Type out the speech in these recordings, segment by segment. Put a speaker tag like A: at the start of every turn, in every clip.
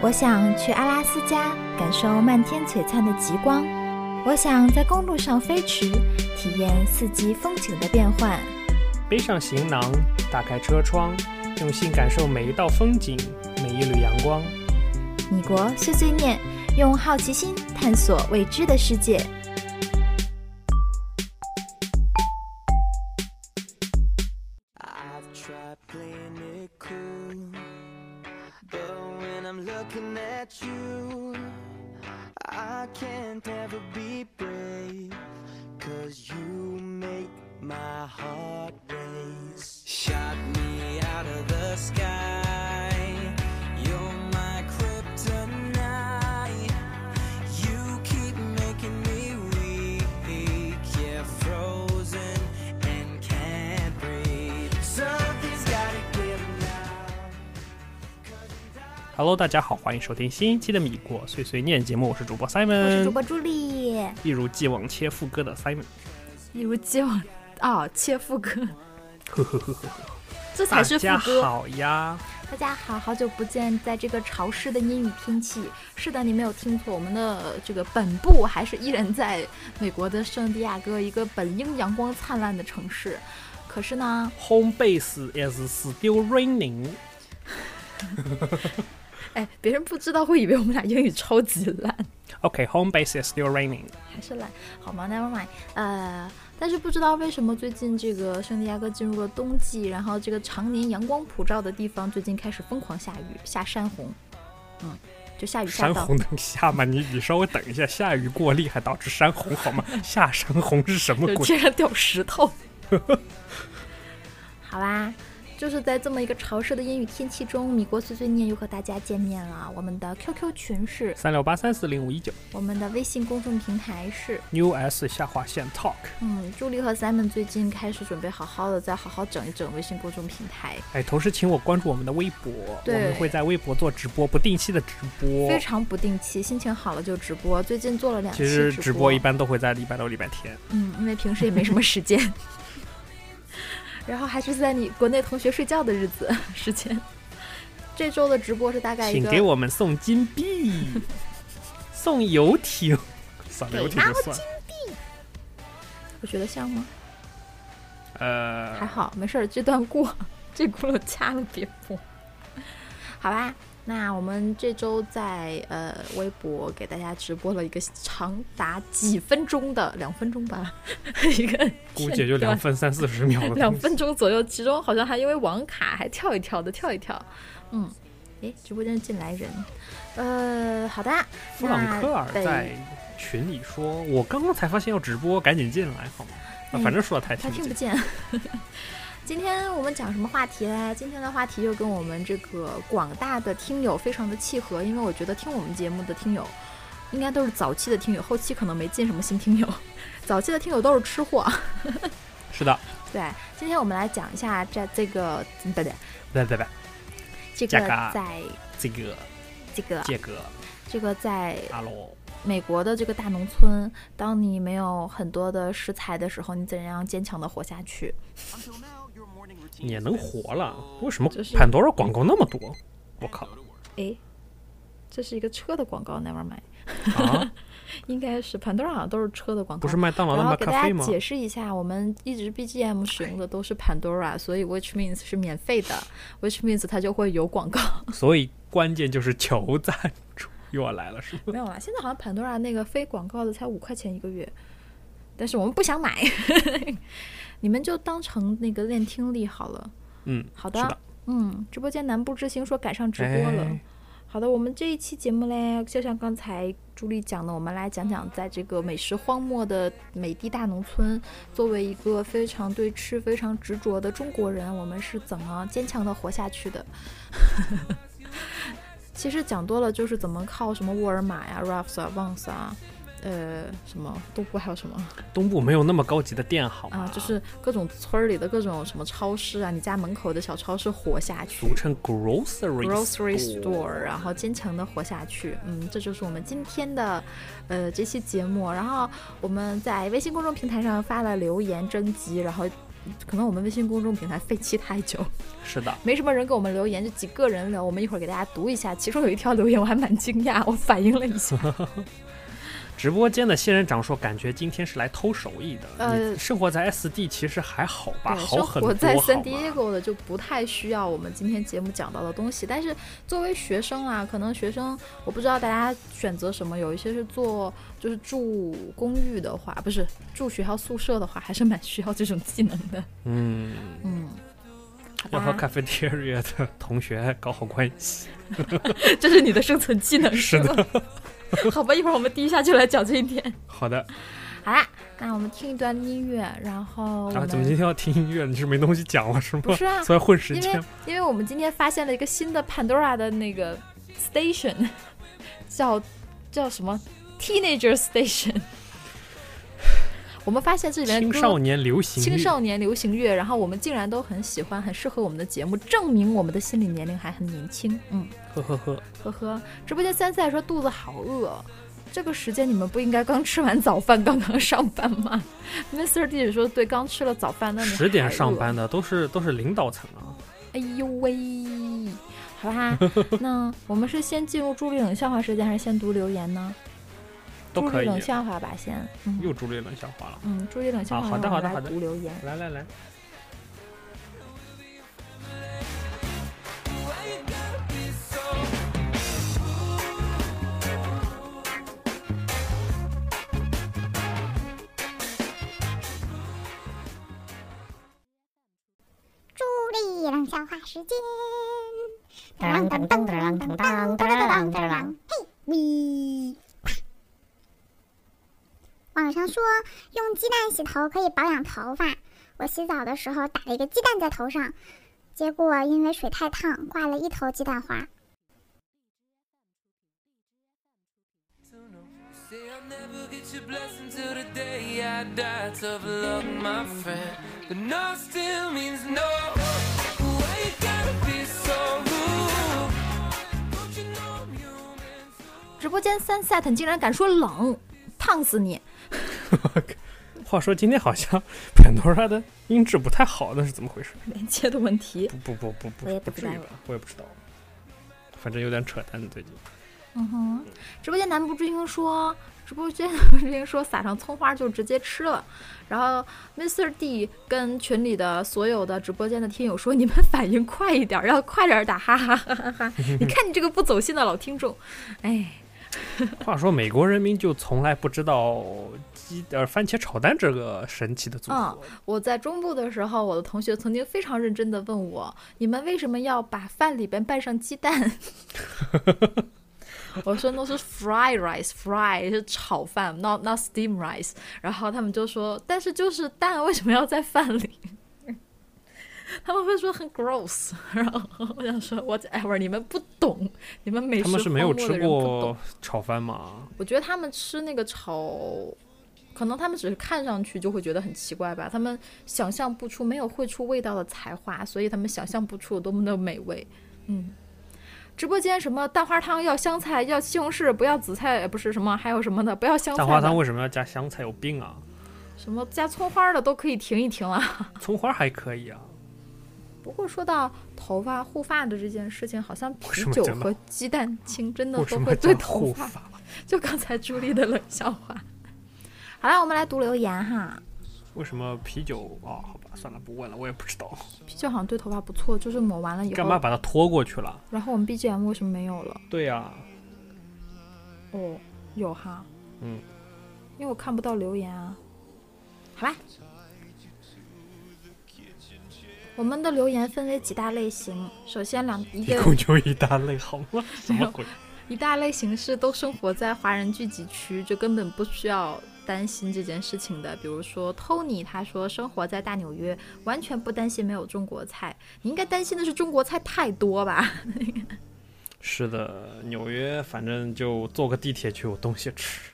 A: 我想去阿拉斯加，感受漫天璀璨的极光；我想在公路上飞驰，体验四季风景的变换。
B: 背上行囊，打开车窗，用心感受每一道风景，每一缕阳光。
A: 米国碎碎念，用好奇心探索未知的世界。
C: I've tried playing it cool, but when I'm looking at you, I can't ever be brave, cause you make my heart race. Shot me out of the sky, you're my kryptonite. You keep making me weak, yeah, frozen and can't breathe. Something's gotta give now.
B: Hello，大家好，欢迎收听新一期的《米国碎碎念》节目，我是主播 Simon，
A: 我是主播朱莉，
B: 一如既往切副歌的 Simon，
D: 一如既往哦，切副歌，
B: 呵呵呵呵，
D: 这才
B: 大
D: 是副
B: 家
D: 歌。
B: 好呀，
A: 大家好，好久不见，在这个潮湿的阴雨天气，是的，你没有听错，我们的这个本部还是依然在美国的圣地亚哥，一个本应阳光灿烂的城市。可是呢，
B: Home base is still raining。
D: 哎，别人不知道会以为我们俩英语超级烂，
B: OK，home、base is still raining。
A: 还是懒， 好吗？Never mind。呃，但是不知道为什么最近这个圣地亚哥进入了冬季，然后这个常年阳光普照的地方，最近开始疯狂下雨，下山洪。嗯，就下雨下
B: 山
A: 到
B: 洪能下吗？你你稍微等一下，下雨过厉害导致山洪好吗？下山洪是什么
D: 就
B: 鬼？
D: 天上掉石 头。
A: 好啦，就是在这么一个潮湿的阴雨天气中，米国碎碎念又和大家见面了。我们的 QQ 群是，
B: 三六八三四零五一九
A: 我们的微信公众平台是。
B: US 下划线 Talk。
A: 嗯，朱莉和 Simon 最近开始准备好好的再好好整一整微信公众平台，
B: 哎，同时请我关注我们的微博，我
A: 对
B: 们会在微博做直播，不定期的直播
A: 非。常不定期，心情好了就直播。最近做了两期
B: 其实
A: 直
B: 直播一般都会在礼拜六、礼拜天。
A: 嗯，因为平时也没什么时间。 然后还是在你国内同学睡觉的日子时间。这周的直播是大概一
B: 请
A: 个
B: 给我们送金币， 送游艇，算了，
A: 对
B: 游艇就算了。
A: 我觉得像吗？还
B: 呃，
A: 好，没事儿，这段过， 这轱辘掐了别播。好吧，那我们这周在呃微博给大家直播了一个长达几分钟的，两分钟吧， 一个
B: 估计也就两分三四十秒 了。
A: 两分钟左右，其中好像还因为网卡还跳一跳的跳一跳，嗯，诶，直播间进来人，呃，好的，
B: 弗朗克尔
A: 那得
B: 在群里说：“我刚刚才发现要直播，赶紧进来好吗？”啊
A: 哎
B: 反正说的他也
A: 他听
B: 听不
A: 不
B: 见。
A: 见。 今天我们讲什么话题嘞？今天的话题又跟我们这个广大的听友非常的契合，因为我觉得听我们节目的听友，应该都是早期的听友，后期可能没进什么新听友。 早期的听友都是吃货。
B: 是的，
A: 对，今天我们来讲一下在这个嗯不对，
B: 对对对，
A: 这
B: 价
A: 个
B: 格啊
A: 在
B: 这个
A: 这个
B: 这个
A: 这个在
B: 阿
A: 啊
B: 罗，
A: 美国的这个大农村，当你没有很多的食材的时候，你怎样坚强的活下去？
B: 你也能活了？为什么
D: 就是
B: 潘多拉广告那么多？我靠
A: 诶，这是一个车的广告，Never mind。
B: 啊！
A: 应该是潘多拉好像都是车的广告，
B: 不是麦当劳的
A: 然后
B: 麦
A: 给
B: 咖
A: 大
B: 啡
A: 家
B: 吗？
A: 解释一下，我们一直 BGM 使用的都是 Pandora，所以 which means 是免费的，which means 它就会有广告。
B: 所以关键就是求赞助又要来了，是吗？
A: 没有啦，现在好像 Pandora 那个非广告的才五块钱一个月，但是我们不想买， 你们就当成那个练听力好了。
B: 嗯，
A: 好的，
B: 是的，
A: 嗯，直播间南部之星说赶上直播了。
B: 哎
A: 好的，我们这一期节目嘞，就像刚才朱莉讲的，我们来讲讲在这个美食荒漠的美的大农村，作为一个非常对吃非常执着的中国人，我们是怎么坚强的活下去的。 其实讲多了就是怎么靠什么沃尔玛呀、Ralphs 啊、Vans 啊，呃，什么东部还有什么
B: 东部没有那么高级的店好吗？
A: 啊，就是各种村儿里的各种什么超市啊，你家门口的小超市活下去。
B: 俗称 grocery
A: grocery
B: store。
A: store，然后坚强的活下去。嗯，这就是我们今天的呃这期节目。然后我们在微信公众平台上发了留言征集，然后。可能我们微信公众平台废弃太久，
B: 是的，
A: 没什么人给我们留言，就几个人留。我们一会儿给大家读一下，其中有一条留言我还蛮惊讶，我反应了一下。
B: 直播间的仙人掌说，感觉今天是来偷手艺的。
A: 呃
B: 你生活在 SD 其实还好吧，
A: 对，
B: 好
A: 生
B: 很
A: 活
B: 多。
A: 在
B: 好
A: San
B: 吗
A: Diego 的就不太需要我们今天节目讲到的东西，但是作为学生啊，可能学生我不知道大家选择什么，有一些是做就是住公寓的话，不是住学校宿舍的话，还是蛮需要这种技能的。
B: 嗯，
A: 嗯，好
B: 要和
A: 吧，
B: cafeteria 的同学搞好关系。
A: 这是你的生存技能
B: 是
A: 吗？ 好吧，一会儿我们第一下就来讲这一点。
B: 好的，
A: 好啦，那我们听一段音乐，然后我
B: 啊，
A: 们
B: 怎么今天要听音乐？你是没东西讲了是吗？
A: 不是啊
B: 所以混时
A: 因
B: 间
A: 为。因为我们今天发现了一个新的 Pandora 的那个 station，叫叫什么 Teenager Station。我们发现这里面
B: 青
A: 歌
B: 少年流行乐
A: 青少年流行乐，然后我们竟然都很喜欢，很适合我们的节目，证明我们的心理年龄还很年轻。嗯，
B: 呵呵呵，
A: 呵呵。直播间三赛说肚子好饿，这个时间你们不应该刚吃完早饭，刚刚上班吗？Mr. D 只说对，刚吃了早饭，那你啊
B: 十点
A: 还
B: 上
A: 饿
B: 班的都是都是领导层啊。
A: 哎呦喂，好吧， 那我们是先进入朱丽冷笑话时间，还是先读留言呢？
B: 都可以
A: 朱丽冷笑话吧，先。嗯
B: 又朱丽冷笑话了。
A: 嗯，朱丽冷笑话，
B: 啊好的
A: 然后我
B: 好的
A: 们
B: 好
A: 来
B: 的
A: 读留言。
B: 来来来，
E: 助力冷笑话时间，
F: 当当当当当当当当当
E: 喂！网上说用鸡蛋洗头可以保养头发，我洗澡的时候打了一个鸡蛋在头上，结果因为水太烫，挂了一头鸡蛋花。
C: Say I'll never get your blessing till the day I die. Tough luck, my friend. But no still means no. Why you gotta be so rude? Don't you know I'm human?
A: 直播间三 set 你竟然敢说冷，烫死你！
B: 话说今天好像 Pandora 的音质不太好，那是怎么回事？
A: 连接的问题。
B: 不不不不
A: 我也
B: 不，
A: 不
B: 至
A: 知道
B: 于吧？我也不知道，反正有点扯淡最近。
A: 嗯哼，直播间南不追星说，直播间南不追星说撒上葱花就直接吃了。然后 Mr. D 跟群里的所有的直播间的听友说，你们反应快一点儿，要快点儿打，哈哈哈哈 哈！你看你这个不走心的老听众，哎。
B: 话说美国人民就从来不知道鸡呃番茄炒蛋这个神奇的组合，
A: 我在中部的时候，我的同学曾经非常认真的问我：“你们为什么要把饭里边拌上鸡蛋？” 我说那是 fry rice，fry 是炒饭，not not steam rice。然后他们就说：“但是就是蛋为什么要在饭里？” 他们会说很 gross，然后我想说 whatever，你们不懂，你们美食
B: 他们是没有
A: 荒漠的
B: 吃
A: 人不懂
B: 过炒饭吗？
A: 我觉得他们吃那个炒，可能他们只是看上去就会觉得很奇怪吧，他们想象不出没有会出味道的才华，所以他们想象不出有多么的美味。嗯，直播间什么蛋花汤要香菜，要西红柿，不要紫菜，呃不是什么，还有什么的，不要香菜
B: 蛋
A: 的，
B: 花汤为什么要加香菜？有病啊！
A: 什么加葱花的都可以停一停了。
B: 葱花还可以啊，
A: 不过说到头发护发的这件事情，好像
B: 为什
A: 啤
B: 么
A: 酒
B: 讲到
A: 和鸡蛋清真的
B: 为
A: 都
B: 什么
A: 会
B: 要
A: 对
B: 加
A: 头
B: 护
A: 发。
B: 发？
A: 就刚才朱莉的冷笑话。 好了，我们来读留言哈。
B: 为什么啤酒啊、好吧，算了，不问了，我也不知道，
A: 啤酒好像对头发不错，就是抹完了以
B: 干嘛
A: 后，
B: 把它拖过去了？
A: 然后我们 BGM 为什么没有了？
B: 对呀、
A: 哦，有哈，
B: 嗯，
A: 因为我看不到留言啊。好吧，我们的留言分为几大类型，首先两一
B: 一
A: 个
B: 共就一大类，好 吗？什么鬼？
A: 一大类型是都生活在华人聚集区，就根本不需要担心这件事情的。比如说 Tony，他说生活在大纽约，完全不担心没有中国菜。你应该担心的是中国菜太多吧？
B: 是的，纽约反正就坐个地铁去有东西吃。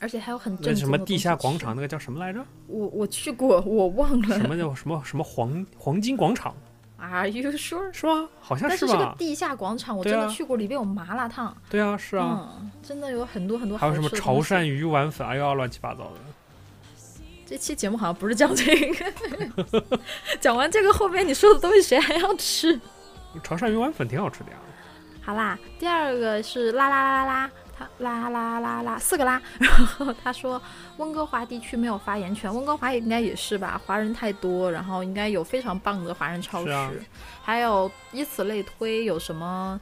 A: 而且还有很正
B: 那什
A: 宗
B: 么
A: 的
B: 地
A: 东
B: 下
A: 西
B: 广
A: 吃
B: 场那个叫什么来着？
A: 我我去过，我忘了。
B: 什 么叫什么什么黄黄金广场
A: Are you sure？
B: 是吗？好像
A: 但是
B: 是
A: 是个
B: 吧？
A: 地下广场，我
B: 对
A: 真的
B: 啊
A: 去过，里边有麻辣烫，
B: 对啊，是啊。
A: 嗯，真的有很多很多好
B: 还有
A: 吃
B: 什么
A: 的东西。
B: 潮汕鱼丸粉，哎呀，乱七八糟的。
A: 这期节目好像不是讲这个， 讲完这个后面你说的东西谁还要吃？
B: 潮汕鱼丸粉挺好吃的呀。
A: 好啦，第二个是啦啦啦啦啦，他啦啦啦啦四个啦， 然后他说温哥华地区没有发言权，温哥华应该也是吧，华人太多，然后应该有非常棒的华人超市，
B: 是啊
A: 还有以此类推有什么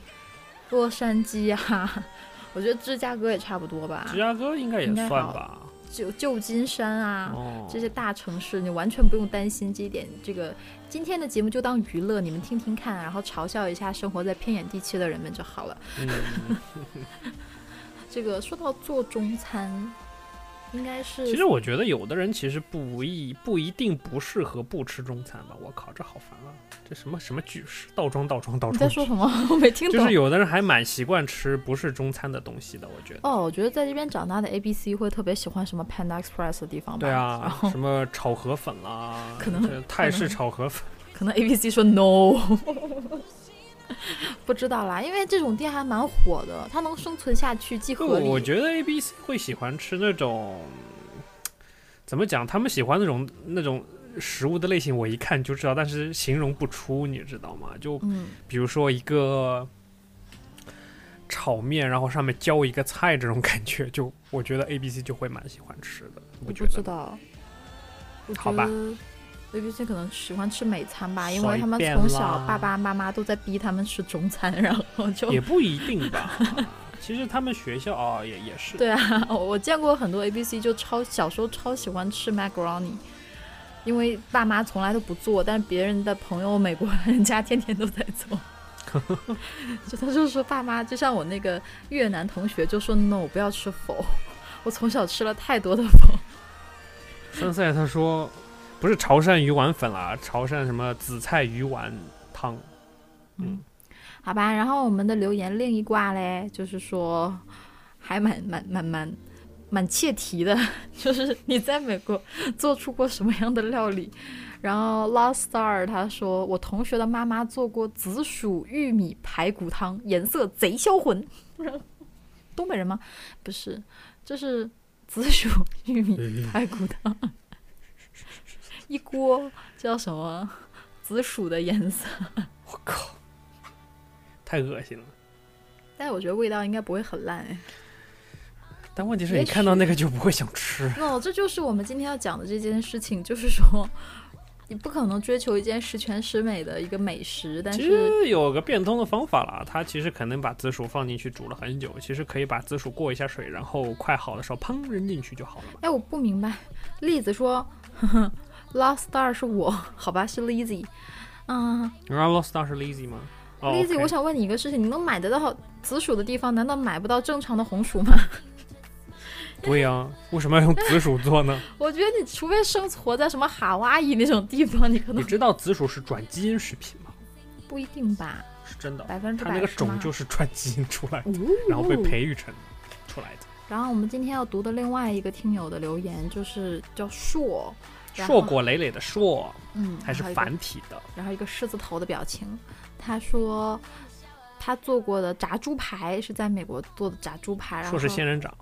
A: 洛杉矶啊， 我觉得芝加哥也差不多吧
B: 芝，加哥应该也
A: 啊应该
B: 算
A: 好
B: 吧。
A: 旧旧金山啊，
B: 哦，
A: 这些大城市，你完全不用担心这一点。这个今天的节目就当娱乐，你们听听看，然后嘲笑一下生活在偏远地区的人们就好了。
B: 嗯，
A: 这个说到做中餐，应该是
B: 其实我觉得有的人其实不一不一定不适合不吃中餐吧。我靠，这好烦啊！这什么什么句式，倒装倒装倒
A: 你在
B: 装。
A: 说什么？ 我没听懂。
B: 就是有的人还蛮习惯吃不是中餐的东西的，我觉得。
A: 哦，我觉得在这边长大的 A B C 会特别喜欢什么 Panda Express 的地方吧。
B: 对
A: 然
B: 啊，
A: 后
B: 什么炒河粉啦，
A: 哦 可能
B: 这泰式炒河粉，
A: 可能 A B C 说 no，不知道啦，因为这种店还蛮火的，它能生存下去既
B: 对，
A: 合理。
B: 我觉得 A B C 会喜欢吃那种，怎么讲？他们喜欢那种那种食物的类型，我一看就知道，但是形容不出，你知道吗？就
A: 嗯，
B: 比如说一个炒面，然后上面浇一个菜这种感觉，就我觉得 A B C 就会蛮喜欢吃的，你
A: 我
B: 觉
A: 不
B: 得
A: 知
B: 呢？
A: 道。我觉
B: 好吧
A: 得 A B C 可能喜欢吃美餐吧，因
B: 随
A: 为他们
B: 便
A: 从小
B: 啦
A: 爸爸妈妈都在逼他们吃中餐，然后就
B: 也不一 定吧。其实他们学校啊、也也是，
A: 对啊， 我我见过很多 A B C 就超小时候超喜欢吃 macaroni，因为爸妈从来都不做，但是别人的朋友美国人家天天都在做。就他就说爸妈，就像我那个越南同学就说 no 不要吃否，我从小吃了太多的否。
B: 酸菜他说不是潮汕鱼丸粉啦，潮汕什么紫菜鱼丸汤。嗯，
A: 好吧，然后我们的留言另一卦嘞，就是说还蛮蛮蛮蛮蛮切题的， 就是你在美国做出过什么样的料理？然后 Lost Star 他说，我同学的妈妈做过紫薯玉米排骨汤，颜色贼销魂。东北人吗？不是，就是紫薯玉米排骨汤，一锅叫什么紫薯的颜色。
B: 我靠，太恶心了。
A: 但我觉得味道应该不会很烂哎。
B: 但问题是
A: 也
B: 你看到
A: 许
B: 那个就不会想吃。
A: 那这就是我们今天要讲的这件事情，就是说，你不可能追求一件十全十美的一个美食，但
B: 其
A: 是
B: 实有个变通的方法啦，它其实可能把紫薯放进去煮了很久，其实可以把紫薯过一下水，然后快好的时候砰扔进去就好了嘛。
A: 哎，我不明白，栗子说 呵呵，Lost Star 是我，好吧，是 Lizzy，嗯、
B: 然后 Lost Star 是 Lazy 吗、哦
A: l i z z y
B: OK
A: 我想问你一个事情，你能买得到紫薯的地方，难道买不到正常的红薯吗？
B: 对呀、为什么要用紫薯做呢？
A: 我觉得你除非生活在什么夏威夷那种地方，你可
B: 你
A: 能
B: 知道紫薯是转基因食品吗？
A: 不一定吧，
B: 是真的，
A: 百分之
B: 它
A: 百
B: 那个
A: 是
B: 种
A: 吗
B: 就是转基因出来的，
A: 哦
B: 然后被培育成出来的。
A: 然后我们今天要读的另外一个听友的留言就是叫硕，然后
B: 硕果累累的硕，
A: 嗯，
B: 还是
A: 然后一个
B: 繁体的。
A: 然后一个狮子头的表情。他说他做过的炸猪排是在美国做的炸猪排，然
B: 硕
A: 后
B: 是仙人掌。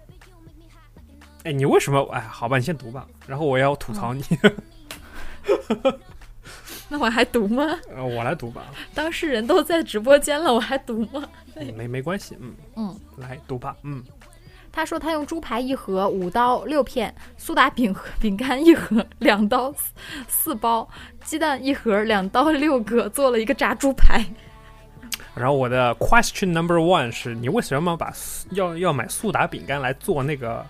B: 哎，你为什么？哎，好吧，你先读吧，然后我要吐槽你，
A: 那我还读吗？
B: 呃我来读吧。
A: 当事人都在直播间了，我还读吗？
B: 嗯没没关系，嗯
A: 嗯，
B: 来读吧，嗯，
A: 他说他用猪排一盒五刀六片，苏打饼盒饼干一盒两刀四四包，鸡蛋一盒两刀六个，做了一个炸猪排。
B: 然后我的 question number one 是你为什么把苏要要买苏打饼干来做那个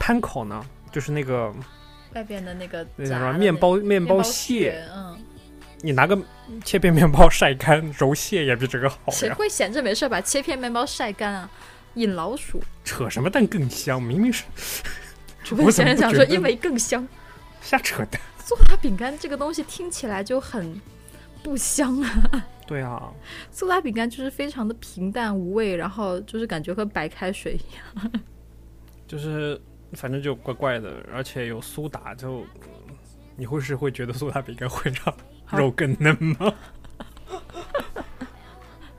B: panko 呢？就是那个
A: 外边的那个
B: 那叫
A: 炸
B: 什么
A: 的
B: 面
A: 那
B: 包面
A: 面包
B: 屑，
A: 屑，嗯。
B: 你拿个切片面包晒干揉屑也比这个好
A: 谁
B: 呀。
A: 会闲着没事儿把切片面包晒干啊？引老鼠，
B: 扯什么蛋更香？明明是
A: 除
B: 我
A: 非
B: 怎
A: 仙
B: 么
A: 人
B: 不
A: 掌
B: 觉
A: 说
B: 得
A: 因为更香。
B: 瞎扯淡。
A: 苏打饼干这个东西听起来就很不香啊！
B: 对啊，
A: 苏打饼干就是非常的平淡无味，然后就是感觉和白开水一样。
B: 就是反正就怪怪的，而且有苏打就，嗯你会是会 觉得苏打饼干会让
A: 好
B: 肉更嫩吗？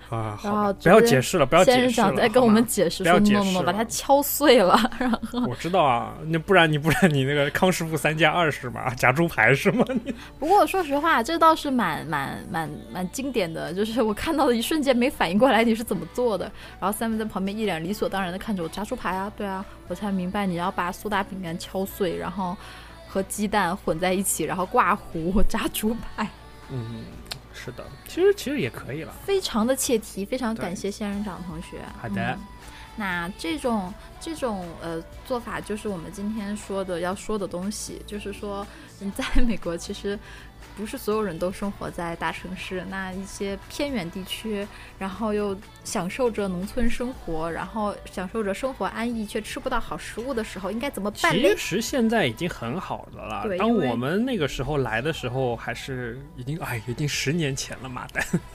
B: 啊，
A: 然后
B: 好，不
A: 直
B: 要
A: 接
B: 解释了，不要
A: 仙
B: 解
A: 人
B: 释
A: 掌
B: 了。
A: 在跟我
B: 好吗
A: 们解释
B: 不要
A: 说
B: 解
A: no no
B: 释
A: no，把它
B: 了
A: 敲碎了。
B: 我知道啊，那不然你不然你那个康师傅三加二是吗？ 夹猪排是吗？你
A: 不过说实话，这倒是蛮蛮蛮蛮经典的，就是我看到的一瞬间没反应过来你是怎么做的，然后 Sam 在旁边一脸理所当然的看着我炸猪排啊，对啊，我才明白你要把苏打饼干敲碎，然后和鸡蛋混在一起，然后挂糊 炸猪排，
B: 嗯，是的，其实其实也可以了。
A: 非常的切题，非常
B: 对
A: 感谢仙人掌同学。
B: 好的
A: 嗯那这种这种呃做法，就是我们今天说的要说的东西，就是说你在 美国其实不是所有人都生活在大城市，那一些偏远地区，然后又享受着农村生活，然后享受着生活安逸却吃不到好食物的时候，应该怎么办呢
B: 其？实现在已经很好的了
A: 对。
B: 当
A: 因为
B: 我们那个时候来的时候，还是已经哎，已经十年前了嘛的。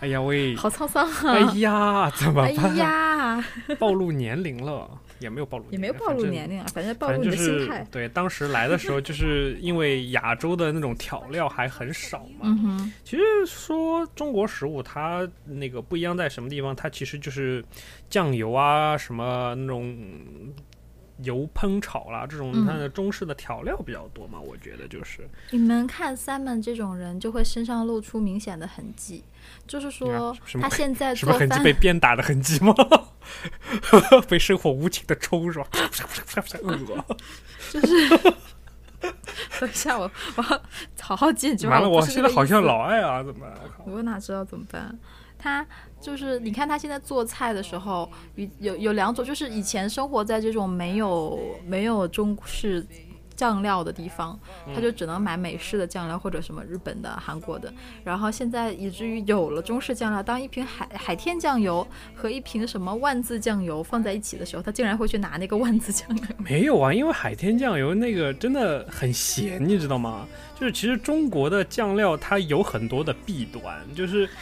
B: 哎呀 喂！
A: 好沧桑啊！
B: 哎呀，怎么
A: 哎
B: 办？
A: 呀，
B: 暴露年龄了，也没有暴露年龄，
A: 也没有暴露
B: 反正
A: 年龄啊，反正暴
B: 反
A: 露
B: 正
A: 你
B: 就
A: 的心
B: 是
A: 态。
B: 对，当时来的时候， 就是因为亚洲的那种调料还很少嘛。
A: 嗯哼，
B: 其实说中国食物，它那个不一样在什么地方？它其实就是酱油啊，什么那种嗯油烹炒啦，这种
A: 嗯
B: 它的中式的调料比较多嘛。我觉得就是，
A: 你们看 Simon 这种人，就会身上露出明显的痕迹，就是说
B: 啊什么
A: 他现在
B: 什
A: 做
B: 么痕迹
A: 饭
B: 被鞭打的痕迹吗？ 被生活无情的抽 是吧？呃
A: 就是。 等一下，我 我要好好记，就
B: 完了，我
A: 不是这
B: 现
A: 个
B: 在好像
A: 意思，
B: 老爱啊，怎么办？我靠
A: 我哪知道怎么办？他就是你看他现在做菜的时候，有有有两种，就是以前生活在这种没有没有中式酱料的地方，他
B: 嗯
A: 就只能买美式的酱料或者什么日本的、韩国的。然后现在以至于有了中式酱料，当一瓶海海天酱油和一瓶什么万字酱油放在一起的时候，他竟然会去拿那个万字酱油。
B: 没有啊，因为海天酱油那个真的很咸，你知道吗？就是其实中国的酱料它有很多的弊端，就是。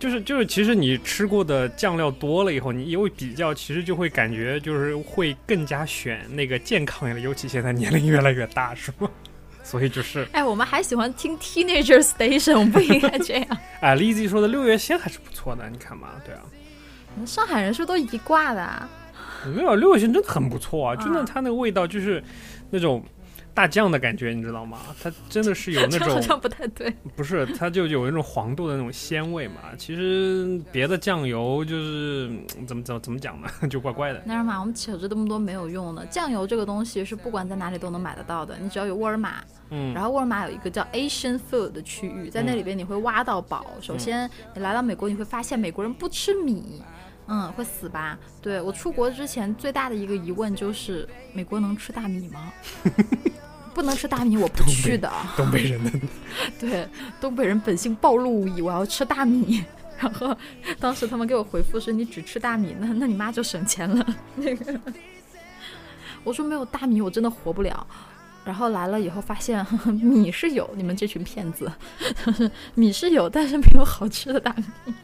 B: 就是就是，其实你吃过的酱料多了以后，你有比较，其实就会感觉就是会更加选那个健康一点，尤其现在年龄越来越大，是吗？ 所以就是，
A: 哎，我们还喜欢听 Teenager Station，我们不应该这样。
B: 哎 l i z z 说的六月鲜还是不错的，你看嘛，对啊，
A: 上海人是不是都一挂的、啊？
B: 没有六月鲜真的很不错啊，真的
A: 啊
B: 它那个味道就是那种大酱的感觉，你知道吗？它真的是有那
A: 这
B: 种
A: 好像不太对。
B: 不是，它就有一种黄豆的那种鲜味嘛。其实别的酱油就是嗯怎么怎么怎么讲呢， 就怪怪的。
A: 那什么，我们扯这么多没有用的。酱油这个东西是不管在哪里都能买得到的，你只要有沃尔玛，
B: 嗯，
A: 然后沃尔玛有一个叫 Asian Food 的区域，在那里边你会挖到宝。首先，你来到美国，你会发现美国人不吃米，嗯，会死吧？对我出国之前最大的一个疑问就是，美国能吃大米吗？不能吃大米，我不去的。啊
B: 东北人的
A: 对，东北人本性暴露无遗，我要吃大米。 然后当时他们给我回复是：“你只吃大米，那那你妈就省钱了。” 那个，我说没有大米我真的活不了。然后来了以后发现 米是有，你们这群骗子， 米是有，但是没有好吃的大米。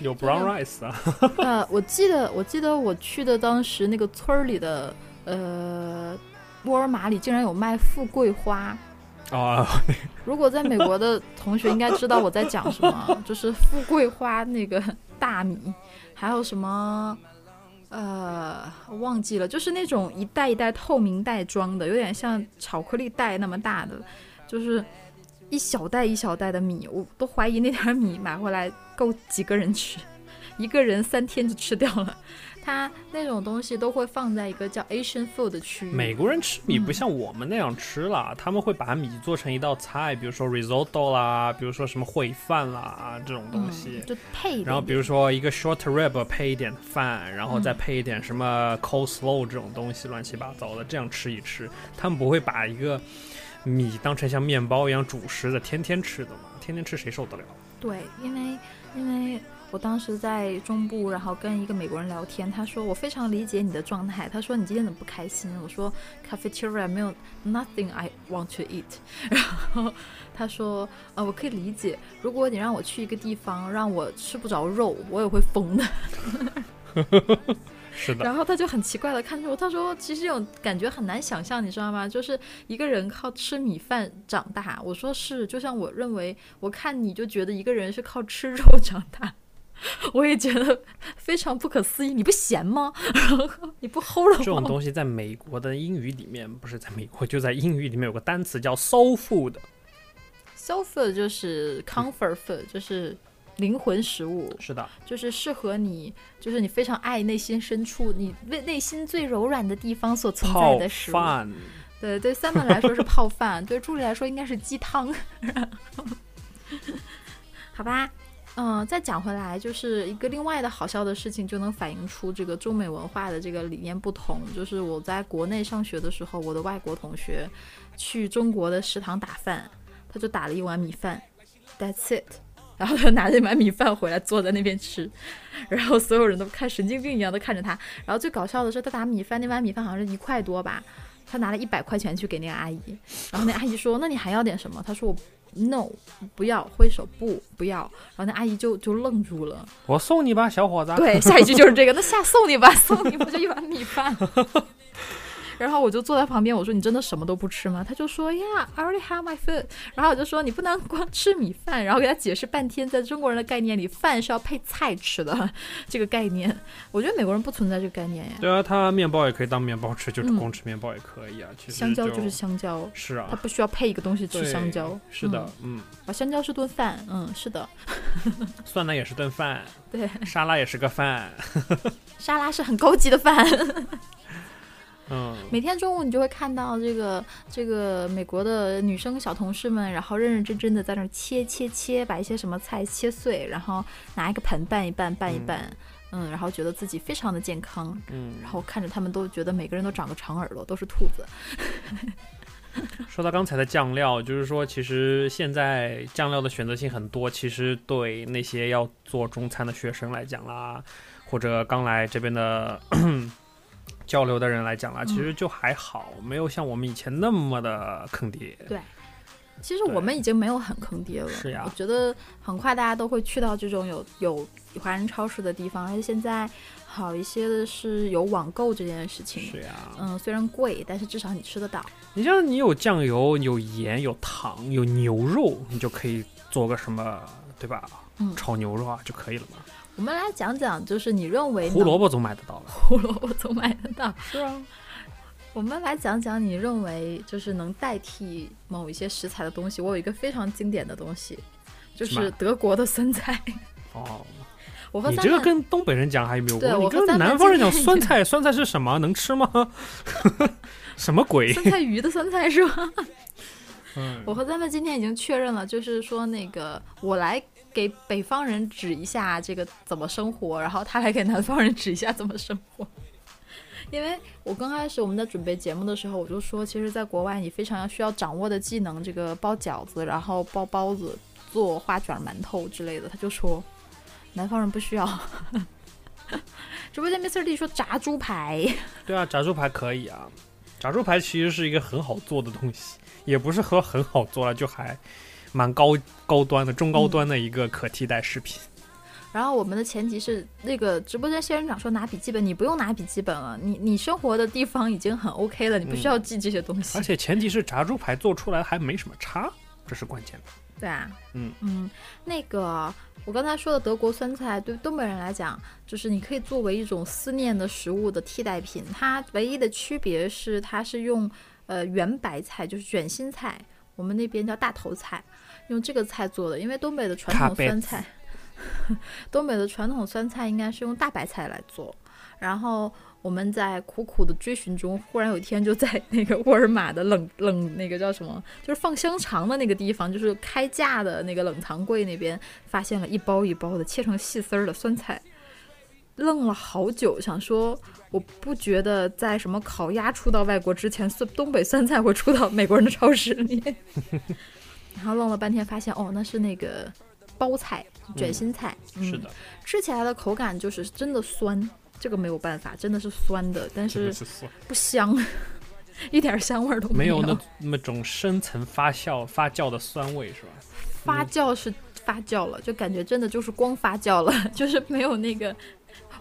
B: 有 brown rice 啊，
A: 呃，我记得我记得我去的当时那个村儿里的呃沃尔玛里竟然有卖富贵花，
B: 啊，
A: 如果在美国的同学应该知道我在讲什么，就是富贵花那个大米，还有什么，呃，忘记了，就是那种一袋一袋透明袋装的，有点像巧克力袋那么大的，就是一小袋一小袋的米，我都怀疑那点儿米买回来够几个人吃， 一个人三天就吃掉了。它那种东西都会放在一个叫 Asian food 的区域，
B: 美国人吃米
A: 嗯
B: 不像我们那样吃啦，他们会把米做成一道菜，比如说 risotto 啦，比如说什么烩饭啦这种东西
A: 嗯、。就配一点点，
B: 然后比如说一个 short rib 配一点饭，然后再
A: 嗯
B: 配一点什么 coleslaw 这种东西，乱七八糟的，这样吃一吃。他们不会把一个米当成像面包一样主食的，天天吃的嘛？天天吃谁受得了？
A: 对，因为因为我当时在中部，然后跟一个美国人聊天，他说我非常理解你的状态。他说你今天怎么不开心？我说 cafeteria 没有 nothing I want to eat。然 后他说呃我可以理解，如果你让我去一个地方让我吃不着肉，我也会疯的。
B: 是的，
A: 然后他就很奇怪的看着我，他说：“其实这种感觉很难想象，你知道吗？就是一个人靠吃米饭长大。”我说：“是，就像我认为，我看你就觉得一个人是靠吃肉长大， 我也觉得非常不可思议。你不咸吗？ 然后你不齁了吗？
B: 这种东西在美国的英语里面，不是在美国，就在英语里面有个单词叫 soul food，
A: soul food 就是 comfort food，就是灵魂食物，
B: 是的，
A: 就是适合你，就是你非常爱内心深处，你内内心最柔软的地方所存在
B: 泡
A: 的食物。
B: 饭。
A: 对对，三本来说是泡饭，对朱莉来说应该是鸡汤。好吧，嗯，再讲回来，就是一个另外的好笑的事情，就能反映出这个中美文化的这个理念不同。就是我在国内上学的时候，我的外国同学去中国的食堂打饭，他就打了一碗米饭，That's it。然 后他拿着一碗米饭回来，坐在那边吃，然后所有人都看神经病一样的看着他。然后最搞笑的是，他打米饭那碗米饭好像是一块多吧，他拿了一百块钱去给那个阿姨，然后那阿姨说：“那你还要点什么？”他说：“我 no 不要，挥手不不要。”然后那阿姨就就愣住了。
B: 我送你吧，小伙子。
A: 对，下一句就是这个，那下送你吧， 送你不就一碗米饭。 然后我就坐在旁边，我说你真的什么都不吃吗？他就说 Yeah, I already have my food。然后我就说你不能光吃米饭，然后给他解释半天，在中国人的概念里，饭是要配菜吃的 这个概念，我觉得美国人不存在这个概念呀。
B: 对啊，它面包也可以当面包吃，就是
A: 嗯
B: 光吃面包也可以啊。其实
A: 香蕉
B: 就
A: 就是香蕉，
B: 是
A: 它
B: 啊，
A: 不需要配一个东西吃
B: 对
A: 香蕉。
B: 是的，嗯，
A: 啊，香蕉是顿饭，嗯，是的，
B: 酸奶也是顿饭，
A: 对，
B: 沙拉也是 个饭，
A: 沙拉是很高级的饭。
B: 嗯，
A: 每天中午你就会看到这个这个美国的女生小同事们，然后认认真真的在那儿切切切，把一些什么菜切碎，然后拿一个盆拌一拌，拌一拌，嗯然后觉得自己非常的健康，
B: 嗯，
A: 然后看着他们都觉得每个人都长个长耳朵，都是兔子。
B: 说到刚才的酱料，就是说，其实现在酱料的选择性很多，其实对那些要做中餐的学生来讲啦，或者刚来这边的 交流的人来讲啦，
A: 嗯
B: 其实就还好，没有像我们以前那么的坑爹。
A: 其实我们已经没有很坑爹了，
B: 是呀
A: 我觉得很快大家都会去到这种有有华人超市的地方，而且现在好一些的是有网购这件事情。
B: 是呀、
A: 嗯，虽然贵，但是至少你吃得到。
B: 你像你有酱油、有盐、有糖、有牛肉，你就可以做个什么，对吧？
A: 嗯
B: 炒牛肉啊就可以了嘛。
A: 我们来讲讲，就是你认为
B: 胡萝
A: 卜，
B: 卜总买得到了，
A: 胡萝卜总买得 到。是啊。我们来讲讲你认为就是能代替某一些食材的东西。我有一个非常经典的东西，就
B: 什么
A: 是德国的酸菜。
B: 哦。
A: 我和
B: 你
A: 三
B: 这个
A: 妹
B: 跟东北人讲还没有
A: 对
B: 用，你
A: 我和
B: 跟
A: 三妹
B: 南方人讲
A: 今天
B: 酸 菜，酸菜是什么？能吃吗？ 什么鬼？
A: 酸菜鱼的酸菜是吧？
B: 嗯
A: 我和咱们今天已经确认了，就是说那个我来给北方人指一下这个怎么生活，然后他来给南方人指一下怎么生活。因为我刚开始我们在准备节目的时候，我就说，其实，在国外你非常需要掌握的技能，这个包饺子，然后包包子、做花卷、馒头之类的。他就说，南方人不需要。 直播间 Mr D 说炸猪排，
B: 对啊，炸猪排可以啊，炸猪排其实是一个很好做的东西，也不是说很好做了，就还蛮高高端的、中高端的一个可替代食品。
A: 嗯然后我们的前提是，那个直播间仙人掌说拿笔记本，你不用拿笔记本了，你你生活的地方已经很 OK 了，你不需要记这些东西。
B: 嗯而且前提是炸猪排做出来还没什么差，这是关键的。
A: 对啊，
B: 嗯
A: 嗯，那个我刚才说的德国酸菜，对东北人来讲，就是你可以作为一种思念的食物的替代品。它唯一的区别是，它是用呃圆白菜，就是卷心菜，我们那边叫大头菜，用这个菜做的。因为东北的传
B: 卡
A: 统
B: 贝
A: 酸菜，东北的传统酸菜应该是用大白菜来做，然后。我们在苦苦的追寻中，忽然有一天就在那个沃尔玛的冷冷那个叫什么，就是放香肠的那个地方，就是开架的那个冷藏柜那边，发现了一包一包的切成细丝儿的酸菜，愣了好久，想说我不觉得在什么烤鸭出到外国之前，酸东北酸菜会出到美国人的超市里， 然后愣了半天，发现哦，那是那个包菜、卷心菜，嗯
B: 是的，
A: 吃起来的口感就是真的酸，这个没有办法，真的是酸的，但
B: 真的
A: 是
B: 是酸
A: 不香， 一点香味儿都
B: 没
A: 有
B: 有那那种深层发酵发酵的酸味是吧？嗯
A: 发酵是发酵了，就感觉真的就是光发酵了，就是没有那个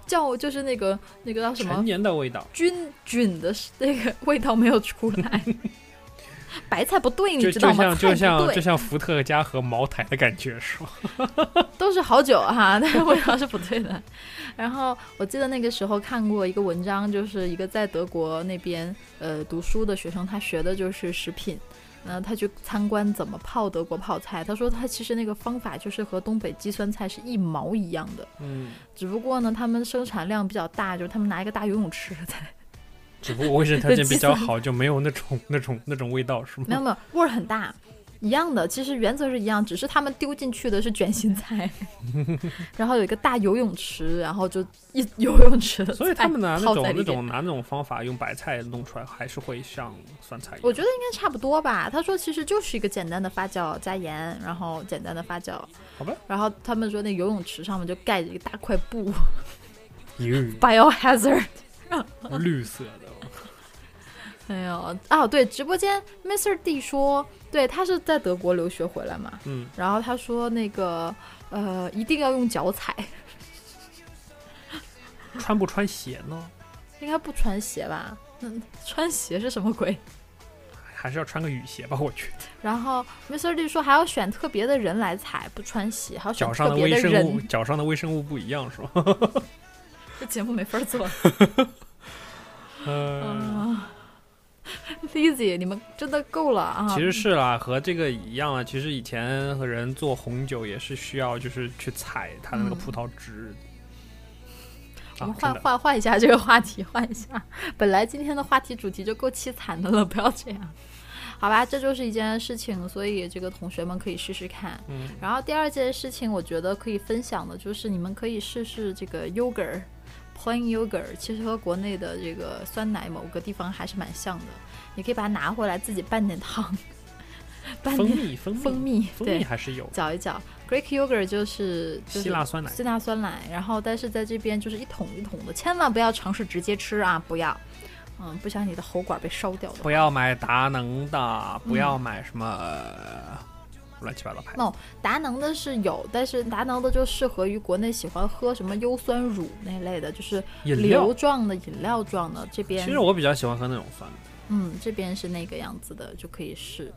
A: 叫就是那个那个叫什么
B: 陈年的味道，
A: 菌菌的那个 味道没有出来。 白菜不对，
B: 就
A: 你知道
B: 就
A: 吗？
B: 像就
A: 菜不
B: 像就
A: 对，
B: 像伏特加和茅台的感觉是吧？
A: 都是好酒哈、 但是味道是不对的。然后我记得那个时候看过一个文章，就是一个在德国那边呃读书的学生，他学的就是食品。然后他去参观怎么泡德国泡菜，他说他其实那个方法就是和东北鸡酸菜是一毛一样的，
B: 嗯，
A: 只不过呢，他们生产量比较大，就是他们拿一个大游泳池在
B: 只不过卫生条件比较 好，就没有那种那种那种味道是
A: 没有
B: 吗？
A: 没有，味儿很大，一样的，其实原则是一样，只是他们丢进去的是卷心 菜，然后有一个大游泳池，然后就一游泳池的菜
B: 所以他们拿那
A: 泡
B: 种
A: 哎在里
B: 那
A: 面
B: 种拿那种方法用白菜弄出来，还是会像酸菜一样。
A: 我觉得应该差不多吧。他说其实就是一个简单的发酵加盐，然后简单的发酵。
B: 好吧。
A: 然后他们说那游泳池上面就盖着一大块布
B: 咦
A: ，biohazard。
B: 绿色的，哦
A: 哎呦，啊对，直播间 Mr. D 说，对，他是在德国留学回来嘛，
B: 嗯，
A: 然后他说那个呃一定要用脚踩，
B: 穿不穿鞋呢？
A: 应该不穿鞋吧？嗯，穿鞋是什么鬼？
B: 还是要穿个雨鞋吧？我觉得
A: 然后 Mr. D 说还要选特别的人来踩，不穿鞋，还要选
B: 脚上
A: 特
B: 的
A: 别
B: 微生物，
A: 人。
B: 脚上的微生物不一样是吧？
A: 这节目没法 做。
B: 嗯，
A: 啊 Lizzy，你们真的够了啊！
B: 其实是啦，和这个一样啊。其实以前和人做红酒也是需要，就是去采它的那个
A: 嗯
B: 葡萄汁。
A: 我
B: 啊
A: 们
B: 真
A: 换
B: 的
A: 换换一下这个话题，换一下。 本来今天的话题主题就够凄惨的了，不要这样，好吧？这就是一件事情，所以这个同学们可以试试看。
B: 嗯，
A: 然后第二件事情，我觉得可以分享的就是你们可以试试这个 yogurt。Plain yogurt 其实和国内的这个酸奶某个地方还是蛮像的，你可以把它拿回来自己拌点糖， 拌
B: 蜂
A: 点
B: 蜜，蜂蜜，
A: 蜂蜜，
B: 蜂蜜
A: 对，
B: 还是有。
A: 搅一搅。Greek yogurt 就是就是
B: 希腊酸奶
A: 希腊酸奶，然后但是在这边就是一桶一桶的，千万不要尝试直接吃啊，不要，嗯，不想你的喉管被烧掉的话。
B: 不要买达能的，
A: 嗯
B: 不要买什么、呃乱七八糟牌子。
A: No，达能的是有，但是达能的就适合于国内喜欢喝什么优酸乳那类的，就是
B: 饮料
A: 流状的饮料状的。这边
B: 其实我比较喜欢喝那种酸的。
A: 嗯，这边是那个样子的，就可以试。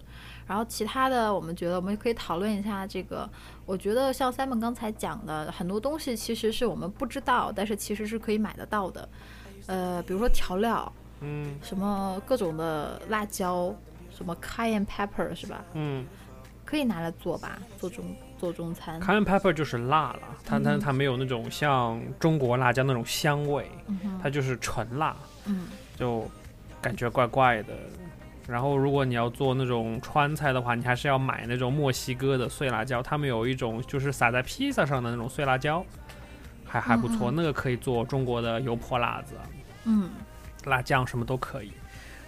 A: 然后其他的，我们觉得我们可以讨论一下这个。我觉得像 Simon 刚才讲的，很多东西其实是我们不知道，但是其实是可以买得到的。呃，比如说调料，
B: 嗯
A: 什么各种的辣椒，什么 cayenne pepper 是吧？
B: 嗯
A: 可以拿来做吧，做中做中 餐。
B: ，cayenne pepper 就是辣了，它它
A: 嗯
B: 它没有那种像中国辣椒那种香味，
A: 嗯哼
B: 它就是纯辣，
A: 嗯，
B: 就感觉怪怪的。然后，如果你要做那种川菜的话，你还是要买那种墨西哥的碎辣椒，他们有一种就是撒在披萨上的那种碎辣椒，还还不错，
A: 嗯嗯
B: 那个可以做中国的油泼辣子。
A: 嗯
B: 辣酱什么都可以。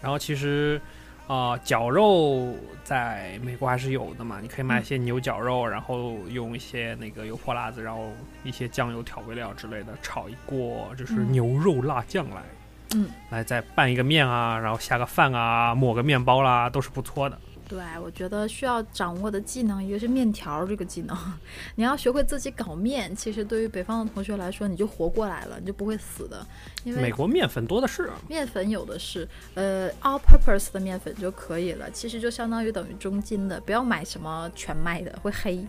B: 然后其实，啊、绞肉在美国还是有的嘛，你可以
A: 嗯
B: 买一些牛绞肉，然后用一些那个油泼辣子，然后一些酱油调味料之类的炒一锅，就是
A: 嗯
B: 牛肉辣酱来，
A: 嗯，
B: 来再拌一个面啊，然后下个饭啊，抹个面包啦，都是不错的。
A: 对，我觉得需要掌握的技能，一个是面条儿这个技能，你要学会自己搞面。其实对于北方的同学来说，你就活过来了，你就不会死的，因
B: 美
A: 为
B: 国面粉多的是，啊
A: 面粉有的是，呃，all-purpose 的面粉就可以了。其实就相当于等于中筋的，不要买什么全麦的，会黑。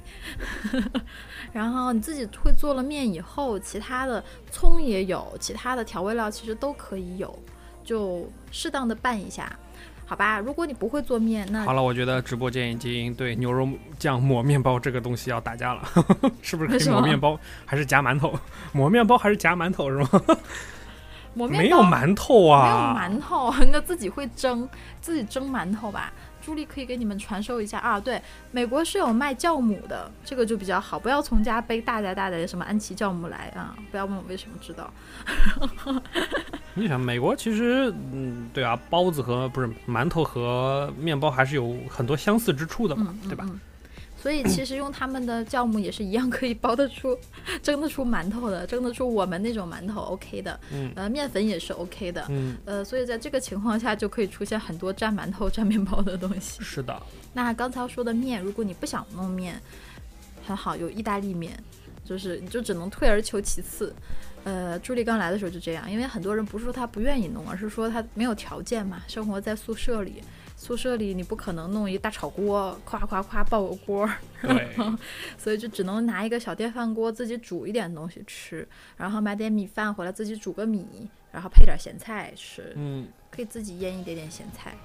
A: 然后你自己会做了面以后，其他的葱也有，其他的调味料其实都可以有，就适当的拌一下，好吧？如果你不会做面，那
B: 好了，我觉得直播间已经对牛肉酱抹面包这个东西要打架了， 是不是可
A: 为
B: 以
A: 什
B: 抹
A: 么
B: 面包还是夹馒头？ 抹面包还是夹馒头是吗？
A: 抹面
B: 没有
A: 包
B: 馒头
A: 没有
B: 啊，
A: 馒头，那自己会蒸，自己蒸馒头吧。朱莉可以给你们传授一下啊，对，美国是有卖酵母的，这个就比较好，不要从家背大家大家的什么安琪酵母来啊，不要问我为什么知道。
B: 你想，美国其实，嗯，对啊，包子和不是馒头和面包还是有很多相似之处的嘛，
A: 嗯，嗯
B: 对吧？
A: 嗯所以其实用他们的酵母也是一样可以包得出、蒸得出馒头的，蒸得出我们那种馒头 OK 的，
B: 嗯
A: 呃，面粉也是 OK 的，
B: 嗯，
A: 呃，所以在这个情况下就可以出现很多蘸馒头、蘸面包的东西。
B: 是 的，
A: 那刚才说的面，如果你不想弄面，很好，有意大利面，就是你就只能退而求其次。呃，朱莉刚来的时候就这样，因为很多人不是说他不愿意弄，而是说他没有条件嘛，生活在宿舍里，宿舍里你不可能弄一大炒锅，夸夸夸爆个锅，
B: 对，
A: 所以就只能拿一个小电饭锅自己煮一点东西吃，然后买点米饭回来自己煮个米，然后配点咸菜吃，
B: 嗯，
A: 可以自己腌一点点咸菜。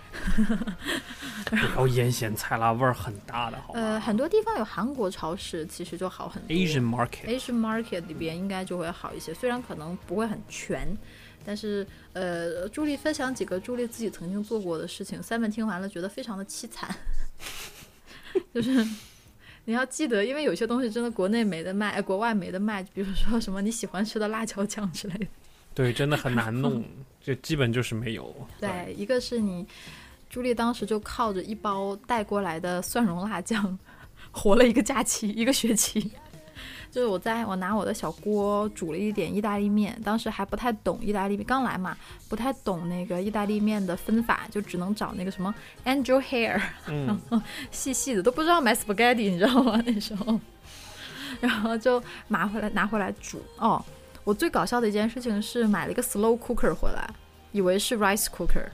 B: 不要腌咸菜啦，味儿很大的，好吗、
A: 呃，很多地方有韩国超市，其实就好很多。
B: a s i a n market，
A: Asian market 里边应该就会好一些，虽然可能不会很全，但是呃，朱莉分享几个朱莉自己曾经做过的事情，Simon 听完了觉得非常的凄惨， 就是你要记得，因为有些东西真的国内没得卖，哎，国外没得卖，比如说什么你喜欢吃的辣椒酱之类的。
B: 对，真的很难 弄，就基本就是没有。
A: 对，一个是你朱莉当时就靠着一包带过来的蒜蓉辣酱，活了一个假期，一个学期。 就是我在我拿我的小锅煮了一点意大利面，当时还不太懂意大利面，刚来嘛，不太懂那个意大利面的分法，就只能找那个什么 angel hair，
B: 嗯，
A: 细细的，都不知道买 spaghetti，你知道吗？那时候，然后就拿回来拿回来煮。哦，我最搞笑的一件事情是买了一个 slow cooker 回来，以为是 rice cooker，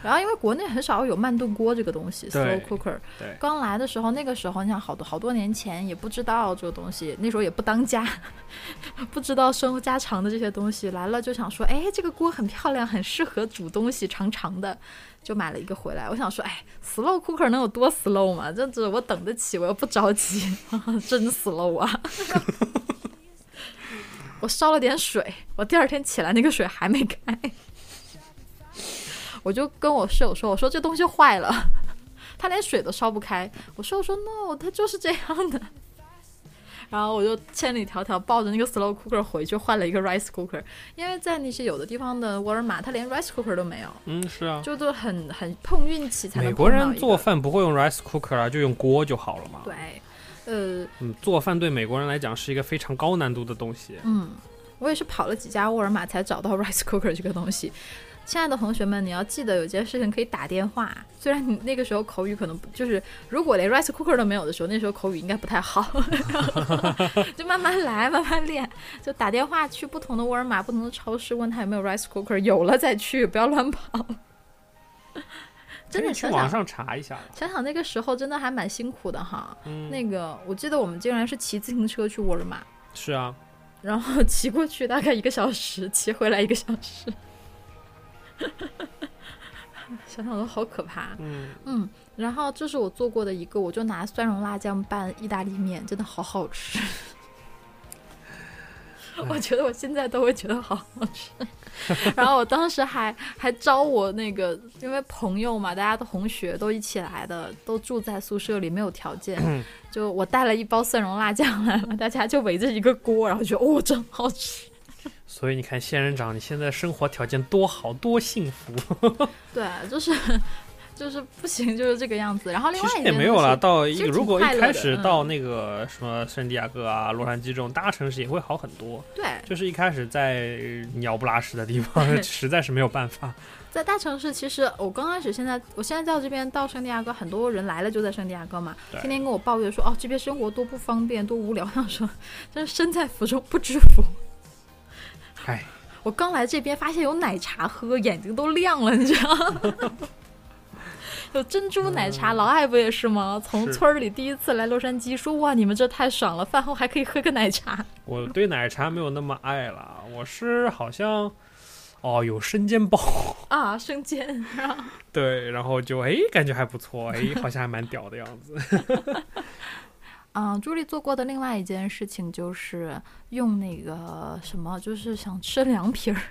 A: 然后因为国内很少有慢炖锅这个东西
B: 对
A: ，slow cooker。
B: 对
A: 刚来的时候，那个时候你想好多好多年前也不知道这个东西，那时候也不当家， 不知道生活家常的这些东西，来了就想说，哎，这个锅很漂亮，很适合煮东西，长长的。就买了一个回来。我想说，哎，slow cooker 能有多 slow 嘛？这这我等得起，我又不着急，真 slow 啊！我烧了点水，我第二天起来那个水还没开，我就跟我室友说，我说这东西坏了，他连水都烧不开。我室友说 no，他就是这样的。 然后我就千里迢迢抱着那个 slow cooker 回去换了一个 rice cooker，因为在那些有的地方的沃尔玛，它连 rice cooker 都没有。
B: 嗯，是啊。
A: 就都很很碰运气才能
B: 美国
A: 碰
B: 人
A: 到一
B: 做
A: 个
B: 饭不会用 rice cooker 啊，就用锅就好了嘛。，
A: 对，呃
B: 嗯，做饭对美国人来讲是一个非常高难度的东西。
A: 嗯，我也是跑了几家沃尔玛才找到 rice cooker 这个东西。亲爱的同学们，你要记得有件事情可以打电话。虽然你那个时候口语可能不就是，如果连 rice cooker 都没有的时候，那时候口语应该不太好， 就慢慢来，慢慢练。就打电话去不同的沃尔玛、不同的超市，问他有没有 rice cooker，有了再去，不要乱跑。 真
B: 可以
A: 的
B: 哎去
A: 想
B: 网
A: 想
B: 上查一下。
A: 想想那个时候真的还蛮辛苦的哈。
B: 嗯，
A: 那个我记得我们竟然是骑自行车去沃尔玛，
B: 是啊，
A: 然后 骑过去大概一个小时，骑回来一个小时， 想想都好可怕。
B: 嗯，
A: 嗯，然后这是我做过的一个，我就拿蒜蓉辣酱拌意大利面，真的好好 吃。我觉得我现在都会觉得好好吃，然后我当时还还招我那个，因为朋友嘛，大家都同学都一起来的，都住在宿舍里，没有条件，
B: 嗯
A: 就我带了一包蒜蓉辣酱来了，大家就围着一个锅，然后觉得哦，真好吃。
B: 所以你看仙人掌，你现在生活条件多好，多幸福。
A: 对，啊就是 就是不行，就是这个样子。然后另
B: 其
A: 外
B: 实
A: 一
B: 也
A: 件
B: 没
A: 东
B: 有
A: 西
B: 啦，到一
A: 其实
B: 如
A: 挺
B: 果一
A: 快乐
B: 开
A: 的
B: 始
A: 嗯
B: 到那个什么圣地亚哥啊、洛杉矶这种大城市也会好很多。
A: 对，
B: 就是一开始在鸟不拉屎的 地方，实在是没有办法。
A: 在大城市，其实我刚开始现在，我现在到这边到圣地亚哥，很多人来了就在圣地亚哥嘛，
B: 对
A: 天天跟我抱怨说哦这边生活多不方便，多无聊。我想说，真是身在福中不知福。
B: 唉，
A: 我刚来这边发现有奶茶喝，眼睛都亮了，你知道吗？ 有珍珠奶茶，老艾不也是吗？从
B: 嗯是
A: 村儿里第一次来洛杉矶，说哇你们这太爽了，饭后还可以喝个奶茶。
B: 我对奶茶没有那么爱了，我是好像哦有生煎包，
A: 啊，生煎，然后
B: 对，然后就哎感觉还不错，哎好像还蛮屌的样子。
A: 嗯，朱莉做过的另外一件事情就是用那个什么，就是想吃凉皮儿。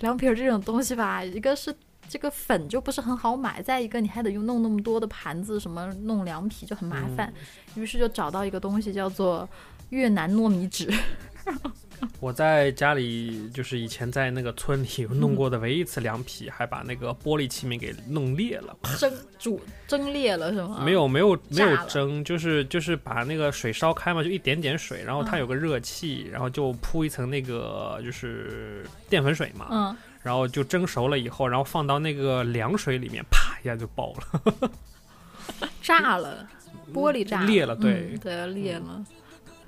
A: 凉皮儿这种东西吧，一个是这个粉就不是很好买，再一个你还得用弄那么多的盘子，什么弄凉皮就很麻
B: 嗯
A: 烦。于是就找到一个东西叫做越南糯米纸。
B: 我在家里就是以前在那个村里
A: 嗯
B: 有弄过的唯一一次凉皮，还把那个玻璃器皿给弄裂了。
A: 蒸煮蒸裂了是吗？
B: 没有没有没
A: 啊炸
B: 有
A: 了
B: 蒸，就是就是把那个水烧开嘛，就一点点水，然后
A: 嗯
B: 它有个热气，然后就铺一层那个就是淀粉水嘛，
A: 嗯，
B: 然后就蒸熟了以后，然后放到那个凉水里面，啪一下就爆了，
A: 炸了，玻璃炸
B: 裂了，
A: 嗯
B: 对，嗯
A: 对，裂了。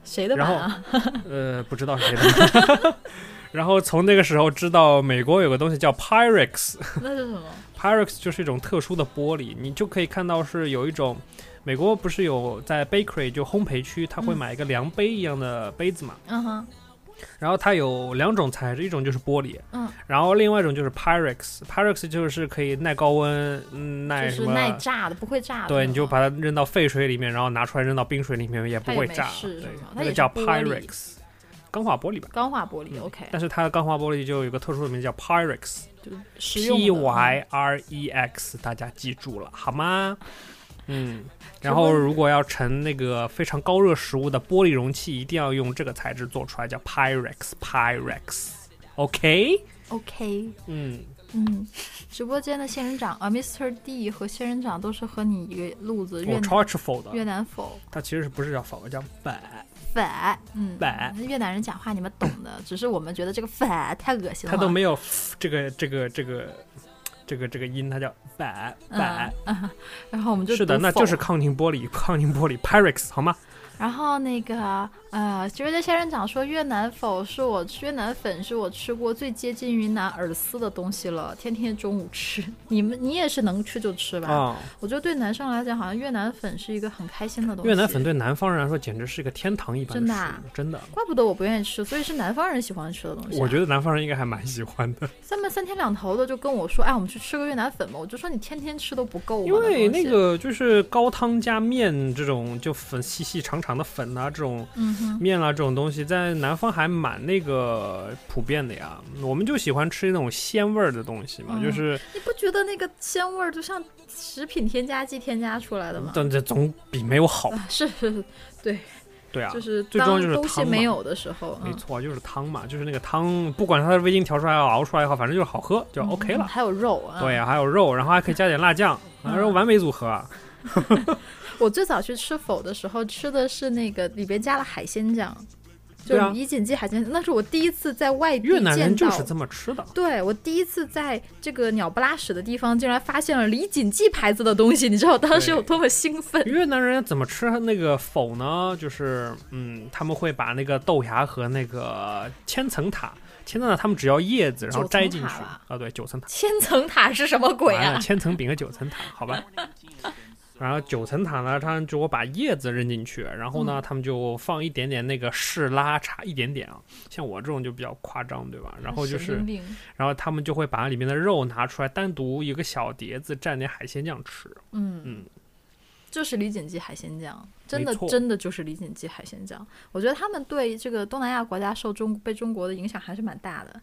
A: 谁的
B: 然
A: 版
B: 后
A: 啊？
B: 呃，不知道谁的。 然后从那个时候知道美国有个东西叫 Pyrex，
A: 那是什么？
B: Pyrex 就是一种特殊的玻璃，你就可以看到是有一种，美国不是有在 bakery 就烘焙区，他会
A: 嗯
B: 买一个量杯一样的杯子嘛，
A: 嗯哼，
B: 然后它有两种材质，一种就是玻璃，
A: 嗯，
B: 然后另外一种就是 Pyrex，Pyrex 就是可以耐高温，嗯，耐
A: 就
B: 什
A: 是
B: 么，
A: 耐炸的，不会炸的那种。
B: 对，你就把它扔到沸水里面，然后拿出来扔到冰水里面也不会炸
A: 它，也没事
B: 对
A: 是吗，它
B: 那
A: 也
B: 个
A: 是
B: 叫
A: 玻璃
B: Pyrex，钢化玻璃吧，
A: 钢化玻璃
B: 嗯
A: ，OK，
B: 但是它的钢化玻璃就有个特殊的名字叫 Pyrex。
A: 就是实用的
B: P Y R E X，大家记住了好吗？嗯，然
A: 什
B: 后
A: 么
B: 如果要盛那个非常高热食物的玻璃容器，一定要用这个材质做出来，叫 Pyrex Pyrex。OK，
A: OK，
B: 嗯，
A: 嗯，直播间的仙人掌啊，Mr. D 和仙人掌都是和你一个路子，越
B: 我
A: 南
B: 超爱吃否的，
A: 越南否
B: 它其实不是叫否，叫反，
A: 反，嗯，
B: 反
A: 越南人讲话你们懂 的，只是我们觉得这个反太恶心了，
B: 它都没有这个这个这个这个这个音，它叫反反。
A: 然后我们嗯就是
B: 的，
A: 读
B: 那就
A: 否
B: 是抗凝玻璃， 抗凝玻璃 Pyrex 好吗？
A: 然后那个呃，觉得仙人掌说越南否是我越南粉是我吃过最接近云南饵丝的东西了，天天中午吃。你们你也是能吃就吃吧。
B: 啊、
A: 我觉得对男生来讲，好像越南粉是一个很开心的东西。
B: 越南粉，对南方人来说简直是一个天堂一般
A: 真的
B: 的
A: 啊
B: 食物，真的。
A: 怪不得我不愿意吃，所以是南方人喜欢吃的东西啊、
B: 我觉得南方人应该还蛮喜欢的，
A: 他们三天两头的就跟我说，哎，我们去吃个越南粉吧。我就说你天天吃都不够吗？
B: 因为那
A: 东西，
B: 个就是高汤加面这种，就粉细细长长的粉啊，这种
A: 嗯哼，
B: 面啊这种东西，在南方还蛮那个普遍的呀。我们就喜欢吃那种鲜味儿的东西嘛，
A: 嗯
B: 就是
A: 你不觉得那个鲜味儿就像食品添加剂添加出来的吗？
B: 但这总比没有好，
A: 啊，是是是，
B: 对啊
A: 就。是
B: 最重要
A: 当
B: 就是
A: 东西
B: 汤嘛
A: 没有的时候，
B: 没
A: 嗯
B: 错，就是汤嘛，就是那个汤，不管它的味精调出来也好熬出来也好，反正就是好喝就 OK
A: 嗯
B: 了。
A: 还有肉啊，
B: 对呀、还有肉，然后还可以加点辣酱，
A: 嗯
B: 然后完美组合啊。
A: 我最早去吃否的时候吃的是那个里边加了海鲜酱，就
B: 对啊
A: 是李锦记海鲜酱，那是我第一次在外地
B: 越南人
A: 见到
B: 就是这么吃的，
A: 对我第一次在这个鸟不拉屎的地方，竟然发现了李锦记牌子的东西，你知道我当时有多么兴 奋？
B: 越南人怎么吃那个否呢？就是，嗯，他们会把那个豆芽和那个千层塔，千层塔他们只要叶子，然后
A: 九层
B: 摘进去
A: 塔吧
B: 啊，对，九层塔，
A: 千层塔是什么鬼
B: 完
A: 啊
B: 了，？千层饼和九层塔，好吧。然后九层塔呢，他们就我把叶子扔进去，然后
A: 嗯
B: 呢，他们就放一点点那个士拉茶，一点点啊，像我这种就比较夸张，对吧？然后就
A: 神
B: 是
A: 经，病
B: 然后他们就会把里面的肉拿出来，单独一个小碟子蘸点海鲜酱吃，
A: 嗯
B: 嗯
A: 就是李锦记海鲜酱，真的
B: 没错
A: 真的就是李锦记海鲜酱。我觉得他们对这个东南亚国家受中被中国的影响还是蛮大的，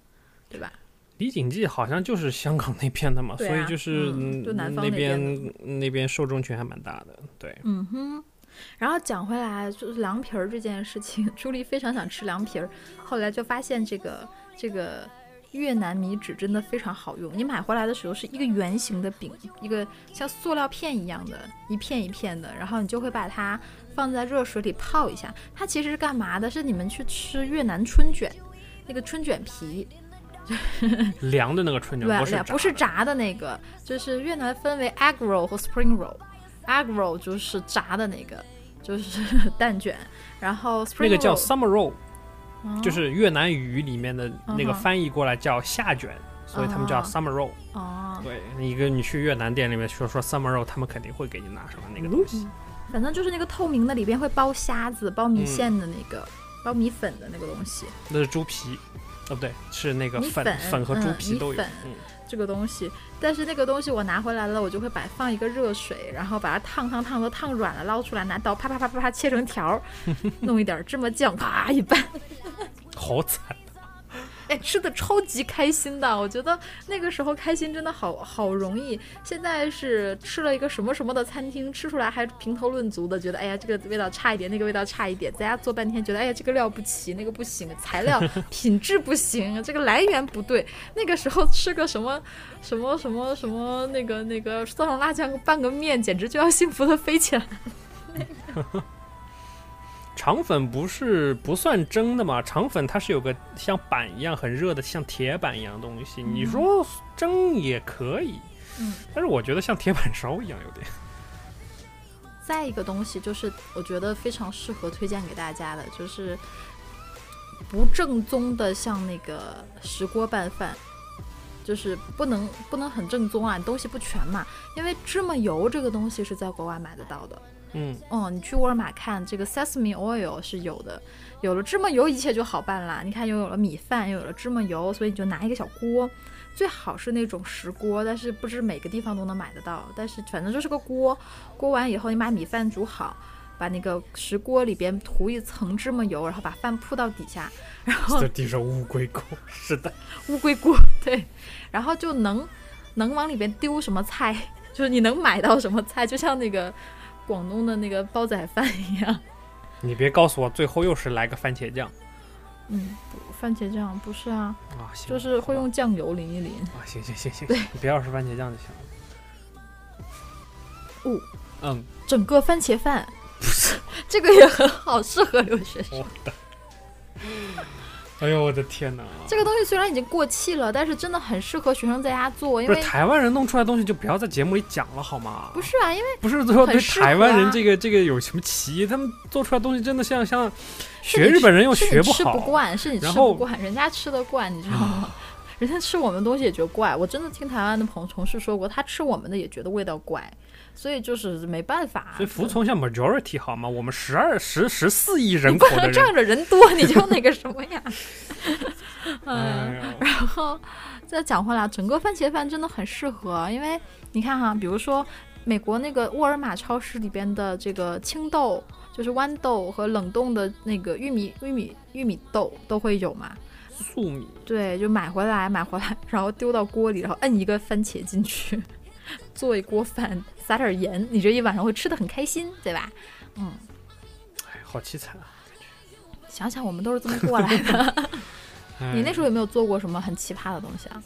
A: 对吧？
B: 李锦记好像就是香港那边的嘛，
A: 对啊
B: 所以就是、
A: 嗯就南方
B: 那
A: 那边
B: 那边受众群还蛮大的。对，
A: 嗯哼，然后讲回来，就是凉皮儿这件事情， 朱莉非常想吃凉皮儿，后来就发现这个这个越南米纸真的非常好用。你买回来的时候是一个圆形的饼，一个像塑料片一样的，一片一片的，然后你就会把它放在热水里泡一下。它其实是干嘛的？是你们去吃越南春卷。那个春卷皮，
B: 凉的那个春卷不是
A: 啊不是炸的那个，就是越南分为 egg roll 和 spring roll。egg roll 就是炸的那个，就是 蛋卷，然后 spring roll 哦
B: 那个叫 summer roll，、
A: 嗯
B: 就是越南语里面的那个
A: 嗯哼
B: 翻译过来叫夏卷，所以他们叫
A: 啊
B: summer roll、
A: 哦，
B: 对，一个你去越南店里面说说 summer roll，他们肯定会给你拿上来那个东
A: 嗯
B: 西。
A: 反正就是那个透明的，里边会包虾子、包
B: 嗯
A: 米线的那个、包米粉的那个东西。
B: 那是猪皮，哦不对，是那个
A: 米
B: 粉
A: 粉
B: 和猪
A: 嗯
B: 皮
A: 米
B: 都有。
A: 粉
B: 嗯
A: 这个东西，但是那个东西我拿回来了，我就会摆放一个热水，然后把它烫烫烫都烫软了，捞出来拿刀啪啪啪啪啪切成条儿，弄一点芝麻酱，啪一拌，
B: 好惨，
A: 哎，吃的超级开心的，我觉得那个时候开心真的好好容易。现在是吃了一个什么什么的餐厅，吃出来还评头论足的，觉得哎呀这个味道差一点，那个味道差一点，在家做半天觉得哎呀这个料不齐，那个不行，材料品质不行，这个来源不对。那个时候吃个什么什么什么什么那个那个蒜蓉辣酱拌个面，简直就要幸福的飞起来。
B: 肠粉不是不算蒸的嘛？肠粉它是有个像板一样很热的，像铁板一样的东西。你说蒸也可以，
A: 嗯
B: 但是我觉得像铁板烧一样有点。
A: 再一个东西就是，我觉得非常适合推荐给大家的，就是不正宗的，像那个石锅拌饭，就是不能不能很正宗啊，东西不全嘛。因为芝麻油这个东西是在国外买得到的，
B: 嗯，
A: 哦，你去沃尔玛看这个 sesame oil 是有的，有了芝麻油一切就好办啦。你看，又有了米饭，又有了芝麻油，所以你就拿一个小锅，最好是那种石锅，但是不知每个地方都能买得到。但是反正就是个锅，锅完以后你把米饭煮好，把那个石锅里边涂一层芝麻油，然后把饭铺到底下，然后
B: 这嗯地上乌龟锅，是 的，
A: 乌龟锅，对，然后就能能往里边丢什么菜， 就是你能买到什么菜，就像那个广东的那个煲仔饭一样。
B: 你别告诉我最后又是来个番茄酱
A: 嗯，不番茄酱不是啊，
B: 啊，行，
A: 就是会用酱油淋一淋。
B: 啊，行行行行，行你不要是番茄酱就行了。
A: 哦，
B: 嗯，
A: 整个番茄饭， 这个也很好，适合留学生。
B: 我的，哎呦我的天哪！
A: 这个东西虽然已经过气了，但是真的很适合学生在家做，因
B: 不是
A: 为
B: 台湾人弄出来的东西就不要在节目里讲了好吗？
A: 不是啊，因为
B: 不是最后对
A: 很适合啊
B: 台湾人这个这个有什么歧义？他们做出来的东西真的像像学日本人又
A: 是
B: 学
A: 你吃
B: 好，
A: 不惯，是你吃
B: 然
A: 不
B: 后啊
A: 惯，人家吃得惯，你知道吗？ 人家吃我们东西也觉得怪，我真的听台湾的朋同事说过，他吃我们的也觉得味道怪，所以就是没办法。
B: 所以服从一下 majority 好吗？我们十二十十四亿人口
A: 不
B: 的
A: 能
B: 人
A: 仗，着人多你就那个什么 呀？ 嗯。
B: 哎呦
A: 然后再讲回来，整个番茄饭真的很适合， 因为你看哈，比如说美国那个沃尔玛超市里边的这个青豆，就是豌豆和冷冻的那个玉米、玉米、玉米豆都会有嘛。
B: 粟米
A: 对，就买回来，买回来，然后丢到锅里，然后摁一个番茄进去， 做一锅饭，撒点盐，你这一晚上会吃的很开心，对吧？
B: 哎好凄惨啊！
A: 想想我们都是这么过来的。
B: 哎
A: 你那时候有没有做过什么很奇葩的东西啊？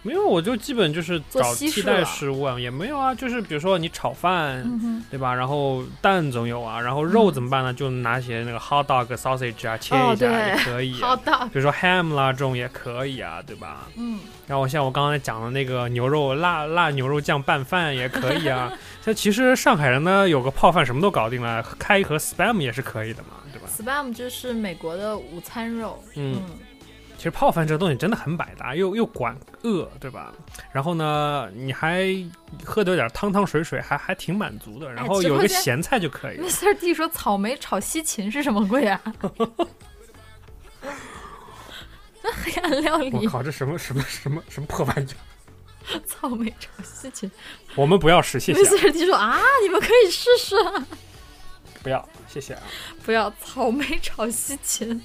B: 没有，我就基本就是
A: 做
B: 找
A: 西
B: 替
A: 式
B: 代
A: 了
B: 食物啊，也没有啊，就是比如说你炒饭，
A: 嗯哼。
B: 对吧？然后蛋总有啊，然后肉怎么办呢？就拿些那个 hot dog sausage 啊，切
A: 哦
B: 一下、
A: 对
B: 也可以、
A: 好
B: 啊。
A: 的，
B: 比如说 ham 啦，这种也可以啊，对吧？
A: 嗯，
B: 然后像我刚才讲的那个牛肉辣辣牛肉酱拌饭也可 以啊。像其实上海人呢，有个泡饭什么都搞定了，开一盒 spam 也是可以的嘛，对吧？
A: Spam 就是美国的午餐肉，
B: 嗯，其实泡饭这个东西真的很百搭，又又管饿，对吧？然后呢，你还喝得有点汤汤水水，还还挺满足的。然后
A: 哎直播
B: 有个
A: 间
B: 咸菜就可以了。
A: ，Mr. D 说草莓炒西芹是什么鬼啊？ 这黑暗料
B: 我
A: 理，
B: 靠，这什么什么什么什么破玩 意儿！
A: 草莓炒西芹。
B: 我们不要吃，谢谢啊，
A: Mr. D 说啊，你们可以试试啊，
B: 不要，谢谢啊。
A: 不要草莓炒西芹，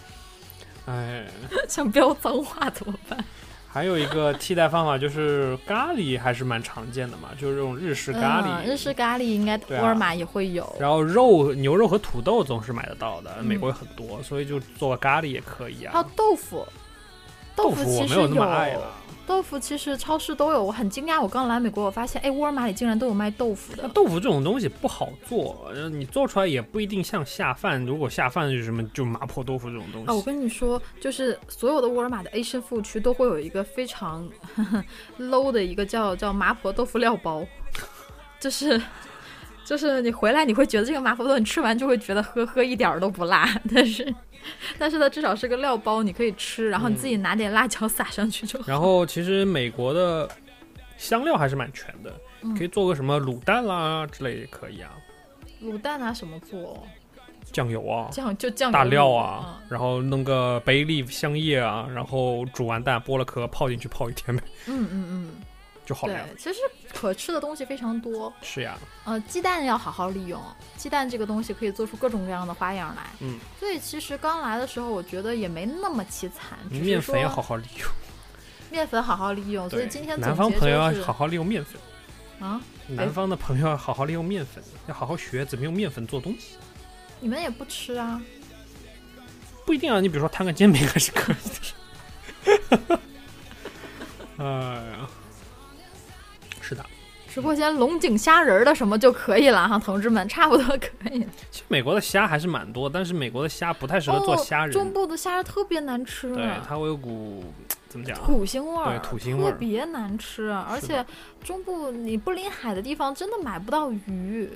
B: 哎，
A: 想标脏话怎么办？
B: 还有一个替代方法就是咖喱，还是蛮常见的嘛，就是这种日式咖喱。
A: 嗯日式咖喱应该
B: 对啊
A: 沃尔玛也会有。
B: 然后肉、牛肉和土豆总是买得到的，
A: 嗯
B: 美国有很多，所以就做个咖喱也可以
A: 还有
B: 啊。
A: 豆腐，
B: 豆
A: 腐
B: 我
A: 其
B: 没
A: 实
B: 那么爱了。
A: 豆腐其实超市都有，我很惊讶，我刚来美国，我发现，哎，沃尔玛里竟然都有卖豆腐
B: 那
A: 的。
B: 豆腐这种东西不好做，呃你做出来也不一定像下饭。如果下饭就是什么，就麻婆豆腐这种东西。
A: 啊，我跟你说，就是所有的沃尔玛的 Asian food 区都会有一个非常 low 的一个叫叫麻婆豆腐料包，就是就是你回来你会觉得这个麻婆豆腐你吃完就会觉得呵呵一点儿都不辣，但是但是它至少是个料包，你可以吃，然后你自己拿点辣椒撒上去就好。
B: 然后其实美国的香料还是蛮全的，
A: 嗯
B: 可以做个什么卤蛋啦之类的也可以啊，
A: 卤蛋拿什么做？
B: 酱油啊，
A: 酱就酱油
B: 大料
A: 卤
B: 啊，，然后弄个 bay leaf 香叶啊，然后煮完蛋剥了壳泡进去泡一天呗，
A: 嗯嗯嗯，
B: 就好了
A: 对
B: 呀。，
A: 其实可吃的东西非常多。
B: 是呀，
A: 呃，鸡蛋要好好利用，鸡蛋这个东西可以做出各种各样的花样来。
B: 嗯，
A: 所以其实刚来的时候，我觉得也没那么凄惨，只是
B: 面粉要
A: 说
B: 好好利用。
A: 面粉好好利用。所以
B: 对
A: 今天总
B: 南方
A: 结
B: 朋友要
A: 就是
B: 好好利用面粉，
A: 啊，
B: 南方的朋友要好好利用面粉，要好好学怎么用面粉做东西。
A: 你们也不吃啊，
B: 不一定啊，你比如说摊个煎饼还是可以的。 哎呀，是的。
A: 直播间龙井虾仁儿的什么就可以了哈，同志们，差不多可以了。
B: 其实美国的虾还是蛮多，但是美国的虾不太适合做虾
A: 哦、
B: 仁，
A: 中部的虾仁特别难吃，
B: 对，它会有股怎么讲啊？
A: 土腥味儿，
B: 对土腥味儿
A: 特别难吃，而且中部你不临海的地方真的买不到鱼，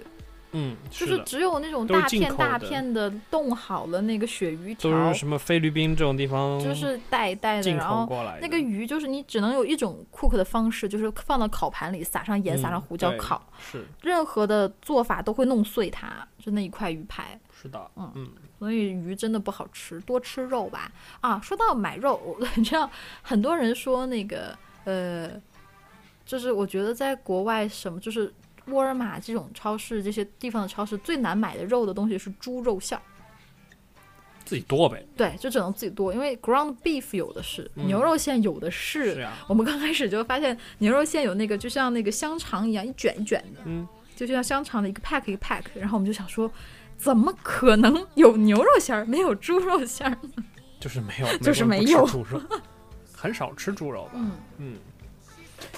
B: 嗯，
A: 就是是
B: 的，
A: 只有那种
B: 都是
A: 大
B: 进
A: 片
B: 口
A: 大
B: 的
A: 片的冻好了那个鳕鱼条，
B: 都是什么菲律宾这种地方，
A: 就是带一带的，
B: 进
A: 然
B: 口
A: 后
B: 过来的。
A: 那个鱼就是你只能有一种 cook 的方式，就是放到烤盘里，撒上盐，撒
B: 嗯
A: 上胡椒
B: 对
A: 烤。
B: 是
A: 任何的做法都会弄碎它，就那一块鱼排。
B: 是的，
A: 嗯
B: 嗯，
A: 所以鱼真的不好吃，多吃肉吧。啊，说到买肉，我你知道很多人说那个呃，就是我觉得在国外什么就是沃尔玛这种超市这些地方的超市最难买的肉的东西是猪肉馅儿，
B: 自己剁呗。
A: 对，就只能自己剁，因为 ground beef 有的是，
B: 嗯
A: 牛肉馅有的是。
B: 是呀，
A: 我们刚开始就发现牛肉馅有那个就像那个香肠一样一卷一卷的，
B: 嗯，
A: 就像香肠的一个 pack 一个 pack，然后我们就想说，怎么可能有牛肉馅儿没有猪肉馅儿？
B: 就 是没有，美
A: 就是
B: 国人不
A: 没有
B: 吃猪肉， 很少吃猪肉吧。
A: 嗯，
B: 嗯，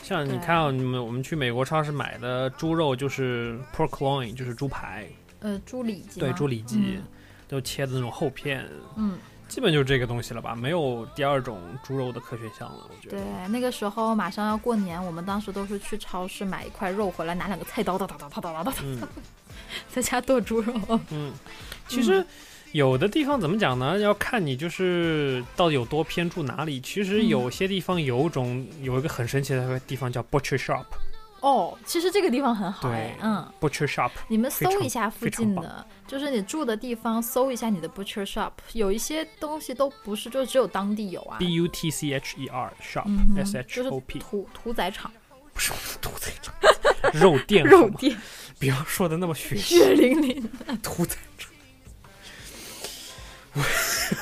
B: 像你
A: 对
B: 看啊你们我们去美国超市买的猪肉就是 pork loin，就是猪排，
A: 呃，猪里脊，
B: 对，猪，里脊
A: 嗯，
B: 都切的那种厚片，
A: 嗯，
B: 基本就是这个东西了吧，没有第二种猪肉的科学项了，我觉
A: 对
B: 得。，
A: 那个时候马上要过年，我们当时都是去超市买一块肉回来，拿两个菜刀，哒哒哒哒哒哒哒，
B: 嗯
A: 在家剁猪肉。
B: 嗯，其实。有的地方怎么讲呢？要看你就是到底有多偏住哪里。其实
A: 嗯
B: 有些地方有种有一个很神奇的地方叫 butcher shop，butcher
A: 哦，其实这个地方很好
B: 对
A: 哎，嗯，
B: shop
A: 你们
B: 非常
A: 搜一下附
B: 非常
A: 近
B: 棒
A: 的，就是你住的地方，搜一下你的 butcher shop，有一些东西都不是，就只有当地有啊。
B: b u t c h e r shop
A: 嗯哼
B: s h
A: 就是
B: o p
A: 屠屠宰场、
B: 不是我是屠宰场，肉店 好
A: 肉
B: 吗？
A: 店，
B: 不要说的那么 血腥，
A: 血淋 淋。
B: 屠宰场。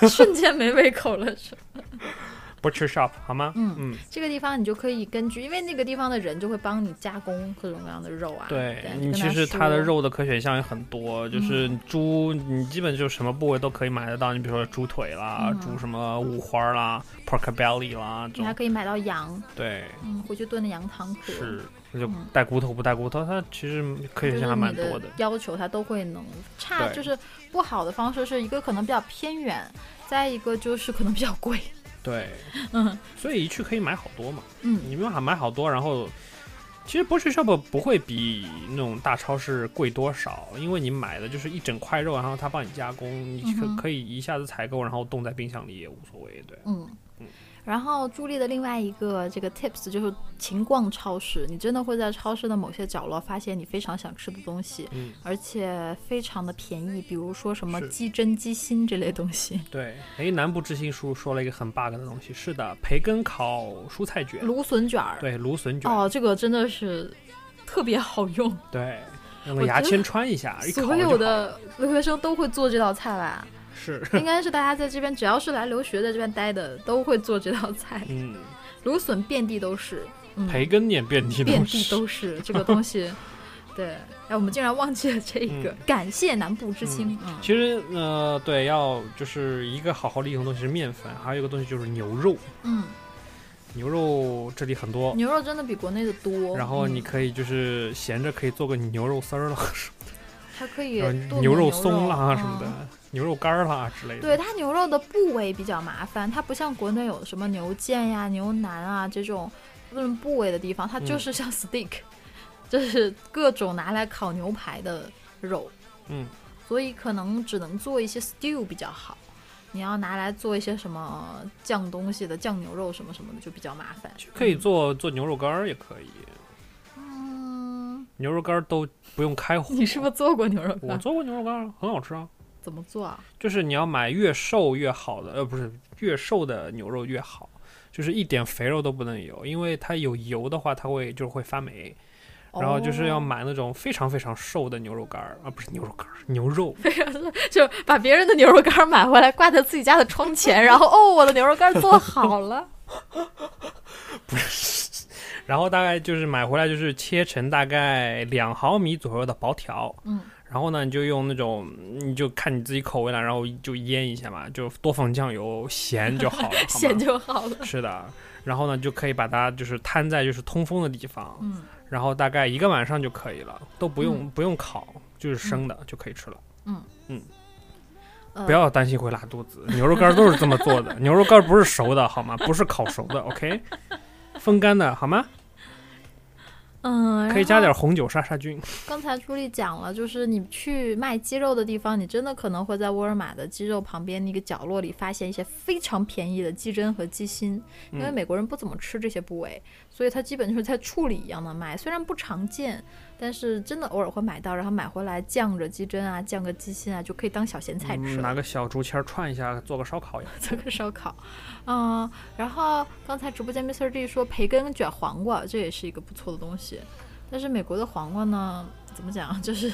A: 瞬间没胃口了，是吧
B: butcher shop 好吗？
A: 嗯
B: 嗯，
A: 这个地方你就可以根据，因为那个地方的人就会帮你加工各种各样的肉啊。
B: 对
A: 你
B: 你
A: 跟
B: 其
A: 他
B: 实它的
A: 说，嗯
B: 肉的可选项也很多，就是猪，你基本就是什么部位都可以买得到，你比如说猪腿啦、
A: 嗯
B: 猪什么五花啦、pork belly 啦这
A: 你还
B: 种，
A: 可以买到羊，
B: 对，
A: 嗯，回去炖的羊汤喝。
B: 是就
A: 嗯
B: 带骨头不带骨头，它其实可
A: 就是
B: 选
A: 你
B: 项还蛮多
A: 的要求它都会能差，
B: 对
A: 就是不好的方式是一个可能比较偏远，再一个就是可能比较贵，
B: 对，
A: 嗯
B: 所以一去可以买好多嘛，
A: 嗯，
B: 你没办法买好多，然后。其实 butcher shop 不会比那种大超市贵多少，因为你买的就是一整块肉，然后他帮你加工，你可、
A: 嗯哼
B: 可以一下子采购，然后冻在冰箱里也无所谓，对。
A: 嗯，然后朱莉的另外一个这个 tips 就是勤逛超市，你真的会在超市的某些角落发现你非常想吃的东西，
B: 嗯
A: 而且非常的便宜，比如说什么
B: 是
A: 鸡胗、鸡心这类东西，
B: 对，哎，南部之星叔说了一个很 bug 的东西，是的，培根烤蔬菜卷，
A: 芦笋卷儿。
B: 对，芦笋卷，
A: 哦，这个真的是特别好用，
B: 对，用
A: 我
B: 个牙
A: 觉得
B: 签穿一下，哎一烤
A: 所
B: 就
A: 有
B: 好
A: 的留学生都会做这道菜吧？
B: 是，
A: 应该是大家在这边，只要是来留学在这边待的，都会做这道菜。
B: 嗯，
A: 芦笋遍地都是，嗯，
B: 培根也遍地
A: 遍
B: 都
A: 地
B: 是，
A: 都是这个东 西。对，哎，我们竟然忘记了这一个，
B: 嗯
A: 感谢南部之星。嗯，
B: 其实呃，对，要就是一个好好利用的东西是面粉，还有一个东西就是牛肉，
A: 嗯，
B: 牛肉这里很多，
A: 牛肉真的比国内的多。
B: 然后你
A: 嗯
B: 可以就是闲着可以做个牛肉丝儿啦，
A: 还可以
B: 然
A: 炖
B: 后
A: 个
B: 牛
A: 牛
B: 肉松啦什么
A: 嗯
B: 的，牛肉干儿啦之类的，
A: 对它牛肉的部位比较麻烦，它不像国内有什么牛腱呀、牛腩啊这种论部位的地方，它就
B: 嗯
A: 是像 steak，、就是各种拿来烤牛排的肉，
B: 嗯，
A: 所以可能只能做一些 stew 比较好。你要拿来做一些什么酱东西的酱牛肉什么什么的就比较麻烦。
B: 其实可以做做牛肉干儿也可以，
A: 嗯，
B: 牛肉干儿都不用开火。
A: 你是不是做过牛肉
B: 我
A: 干？
B: 做过牛肉干儿，很好吃啊。
A: 怎么做啊？
B: 就是你要买越瘦越好的，呃，不是越瘦的牛肉越好，就是一点肥肉都不能有，因为它有油的话，它会就是会发霉。然后就是 要
A: 哦
B: 买那种非常非常瘦的牛肉干儿，啊，不是牛肉干儿，牛 肉。
A: 就把别人的牛肉干买回来挂在自己家的窗前，然后哦，我的牛肉干做好了。
B: 然后大概就是买回来就是切成大概两毫米左右的薄条，
A: 嗯，
B: 然后呢你就用那种你就看你自己口味了，然后就腌一下嘛，就多放酱油，咸就 好了，好吗
A: 咸就好了。
B: 是的，然后呢，就可以把它就是摊在就是通风的地方，
A: 嗯
B: 然后大概一个晚上就可以了，都不用、
A: 嗯
B: 不用烤，就是生的、就可以吃了。嗯
A: 呃
B: 不要担心会拉肚子，牛肉干都是这么 做的，牛肉干不是熟的好吗？不是烤熟的，OK，风干的好吗？
A: 嗯，
B: 可以
A: 然
B: 加
A: 后
B: 点红酒杀杀菌。
A: 刚才朱莉讲了，就是你去卖鸡肉的地方，你真的可能会在沃尔玛的鸡肉旁边那个角落里发现一些非常便宜的鸡胗和鸡心，因为
B: 嗯
A: 美国人不怎么吃这些部位，所以它基本就是在处理一样的卖，虽然不常见，但是真的偶尔会买到，然后买回来酱着鸡胗啊，酱个鸡心啊，就可以当小咸菜吃
B: 嗯
A: 了。
B: 拿个小竹签儿串一下，做个烧烤呀。
A: 做个烧烤，嗯，然后刚才直播间 Mr. D 说培根卷黄瓜，这也是一个不错的东西，但是美国的黄瓜呢，怎么讲，就是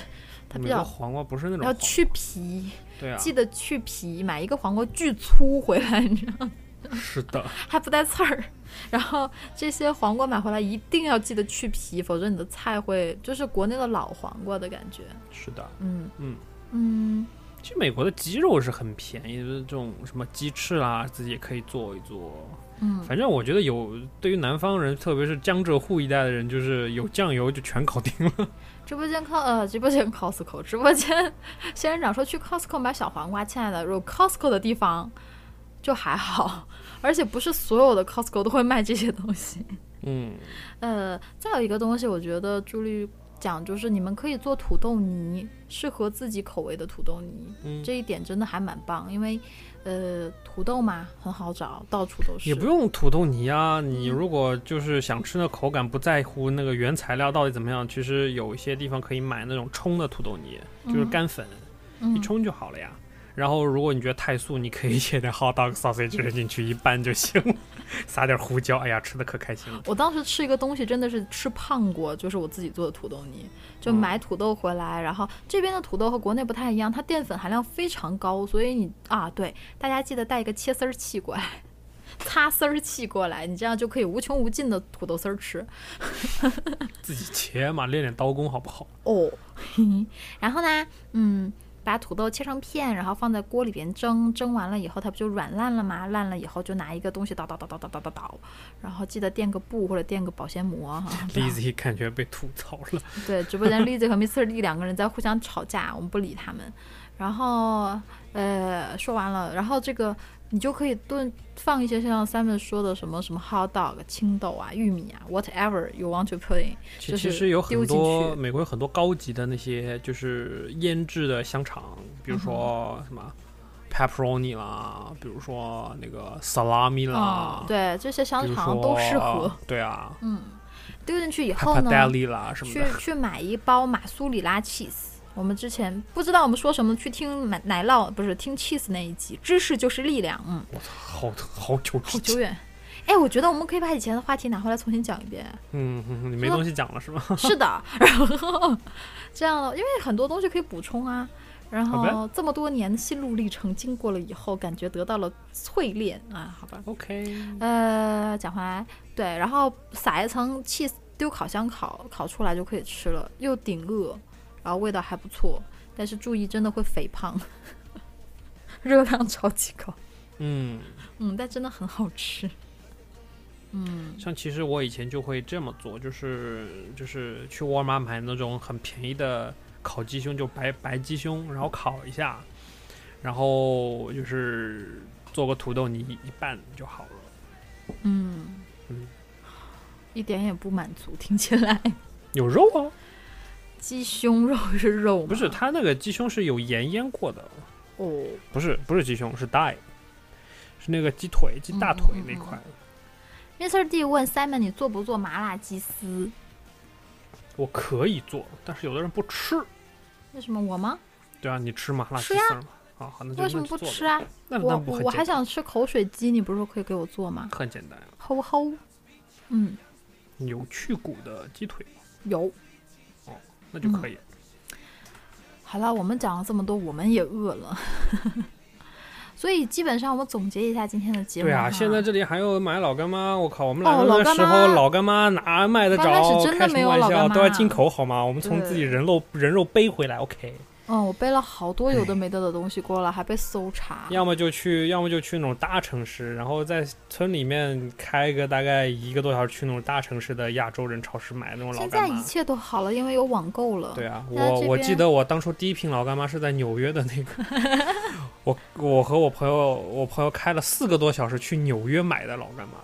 A: 它比
B: 美国
A: 较
B: 黄瓜不是那种
A: 要
B: 黄，
A: 去皮，
B: 对啊，
A: 记得去皮，买一个黄瓜巨粗回来，你知道吗
B: 是的，
A: 还不带刺儿。然后这些黄瓜买回来一定要记得去皮，否则你的菜会就是国内的老黄瓜的感觉。
B: 是的。
A: 嗯
B: 嗯
A: 嗯，
B: 其实美国的鸡肉是很便宜，就是这种什么鸡翅啦、自己也可以做一做。
A: 嗯
B: 反正我觉得有对于南方人，特别是江浙沪一带的人，就是有酱油就全搞定了。
A: 直播间 cos 呃，直播间 Costco，直播间仙人掌说去 Costco 买小黄瓜，亲爱的，如果 Costco 的地方就还好，而且不是所有的 Costco 都会卖这些东西。
B: 嗯，
A: 呃，再有一个东西，我觉得朱莉讲就是你们可以做土豆泥，适合自己口味的土豆泥，
B: 嗯
A: 这一点真的还蛮棒，因为呃，土豆嘛很好找，到处都是。
B: 也不用土豆泥啊。你如果就是想吃那口感，不在乎那个原材料到底怎么样，其实有一些地方可以买那种冲的土豆泥，就是
A: 嗯
B: 干粉，
A: 嗯
B: 一冲就好了呀。然后，如果你觉得太素，你可以切点 hot dog sausage 进去一拌就行，撒点胡椒，哎呀，吃的可开心了。
A: 我当时吃一个东西真的是吃胖过，就是我自己做的土豆泥，就
B: 嗯
A: 买土豆回来，然后这边的土豆和国内不太一样，它淀粉含量非常高，所以你啊，对，大家记得带一个切丝儿器过来。 擦丝儿器过来，你这样就可以无穷无尽的土豆丝儿吃
B: 自己切嘛，练练刀工好不好？
A: 哦。 然后呢，嗯，把土豆切成片，然后放在锅里边蒸，蒸完了以后它不就软烂了吗？烂了以后就拿一个东西捣捣捣捣捣捣捣捣，然后记得垫个布或者垫个保鲜膜哈。
B: Lizzy 感觉被吐槽了，
A: 对，直播间 Lizzy 和 Mr. D 两个人在互相吵架，我们不理他们。然后，呃，说完了，然后这个你就可以炖放一些像 Simon 说的什么什么 hot dog、青豆啊、玉米啊，whatever you want to put in。
B: 其
A: 就是
B: 其实有很
A: 丢进
B: 多
A: 去
B: 美国有很多高级的那些就是腌制的香肠，比如
A: 嗯
B: 说什么 pepperoni 啦，比如说那个 salami 啦，
A: 嗯，对，这些
B: 啊比
A: 香
B: 如
A: 肠
B: 说
A: 都适合。。
B: 对啊
A: 嗯，丢进去以后呢，
B: ，pappardelle 啦什么
A: 去
B: 的，
A: 去买一包马苏里拉 cheese。我们之前不知道我们说什么，去听奶奶酪不是听 cheese 那一集，知识就是力量，嗯。
B: 我操，好好久
A: 好
B: 之
A: 久
B: 前，
A: 远。哎，我觉得我们可以把以前的话题拿回来重新讲一 遍。
B: 嗯，嗯你没东西讲了是吗？
A: 是的，然后这样的，因为很多东西可以补充啊。然
B: 好呗
A: 后这么多年心路历程经过了以后，感觉得到了淬炼啊，好吧。
B: OK，
A: 呃，讲回来，对，然后撒一层 cheese 丢烤箱烤，烤出来就可以吃了，又顶饿，然后味道还不错，但是注意真的会肥胖， 热量超级高。
B: 嗯，
A: 嗯，但真的很好吃。嗯，
B: 像其实我以前就会这么做，就是就是去沃尔玛买那种很便宜的烤鸡胸，就白白鸡胸，然后烤一下，然后就是做个土豆泥一拌就好了。
A: 嗯
B: 嗯，
A: 一点也不满足，听起来
B: 有肉啊？
A: 鸡胸肉是肉吗？
B: 不是，它那个鸡胸是有盐腌过的，
A: 哦，
B: 不是不是鸡胸，是 die，是那个鸡腿、鸡大腿那块。
A: Mr. D 问 Simon 你做不做麻辣鸡丝？
B: 我可以做，但是有的人不吃。
A: 为什么我吗？
B: 对啊，你吃麻辣
A: 吃
B: 鸡
A: 呀
B: 丝吗？啊，好，那就
A: 为什么
B: 那就
A: 不
B: 做呗
A: 吃？啊？
B: 那
A: 我
B: 那不
A: 我
B: 很
A: 我还
B: 简单
A: 想吃口水鸡，你不是说可以给我做吗？
B: 很简单啊，
A: 齁齁，嗯，
B: 有去骨的鸡腿。
A: 有。
B: 那就可以。
A: 好了，我们讲了这么多，我们也饿了， 所以基本上我们总结一下今天的节目
B: 对
A: 哈。
B: 啊，现在这里还有买老干妈，我靠！我们
A: 哦
B: 来
A: 老
B: 的
A: 干
B: 时
A: 妈
B: 候，老干妈哪卖得
A: 刚开始
B: 着？
A: 真的
B: 开什
A: 没有
B: 么玩
A: 老干
B: 笑？
A: 妈
B: 都要进口好吗？我们从自己
A: 对
B: 人肉人肉背回来，OK。
A: 嗯，我背了好多有的没的的东西过来，还被搜查。
B: 哎要么就去，要么就去那种大城市，然后在村里面开个大概一个多小时，去那种大城市的亚洲人超市买那种老
A: 现在
B: 干
A: 一
B: 妈。
A: 切都好了，因为有网购了。
B: 对啊，
A: 那这
B: 我我记
A: 边
B: 得我当初第一瓶老干妈是在纽约的那个， 我我和我朋友，我朋友开了四个多小时去纽约买的老干妈。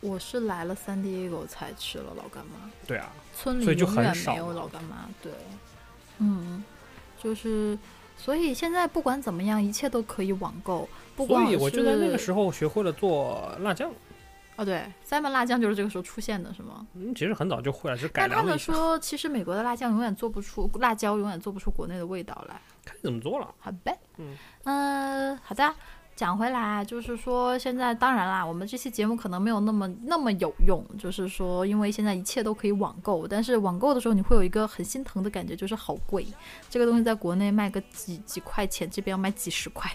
A: 我是来了 San Diego 才吃了老干妈，
B: 对啊，
A: 村里
B: 所以就
A: 永
B: 很
A: 远
B: 少
A: 没有
B: 嘛
A: 老干妈。对，嗯，就是所以现在不管怎么样，一切都可以网购，不
B: 所
A: 管
B: 以我就在那个时
A: 候
B: 候学会了做辣酱，
A: 哦，对，Simon 辣酱就是这个时候出现的，是吗？
B: 嗯，其实很早就会了，只是改
A: 但他
B: 良了
A: 们
B: 一下，
A: 说，其实美国的辣酱永远做不出辣椒，永远做不出国内的味道来。
B: 看你怎么做了。
A: 好呗，
B: 嗯
A: 呃，好的。讲回来，就是说现在当然啦，我们这期节目可能没有那么那么有用，就是说因为现在一切都可以网购，但是网购的时候你会有一个很心疼的感觉，就是好贵，这个东西在国内卖个几几块钱，这边要卖几十块。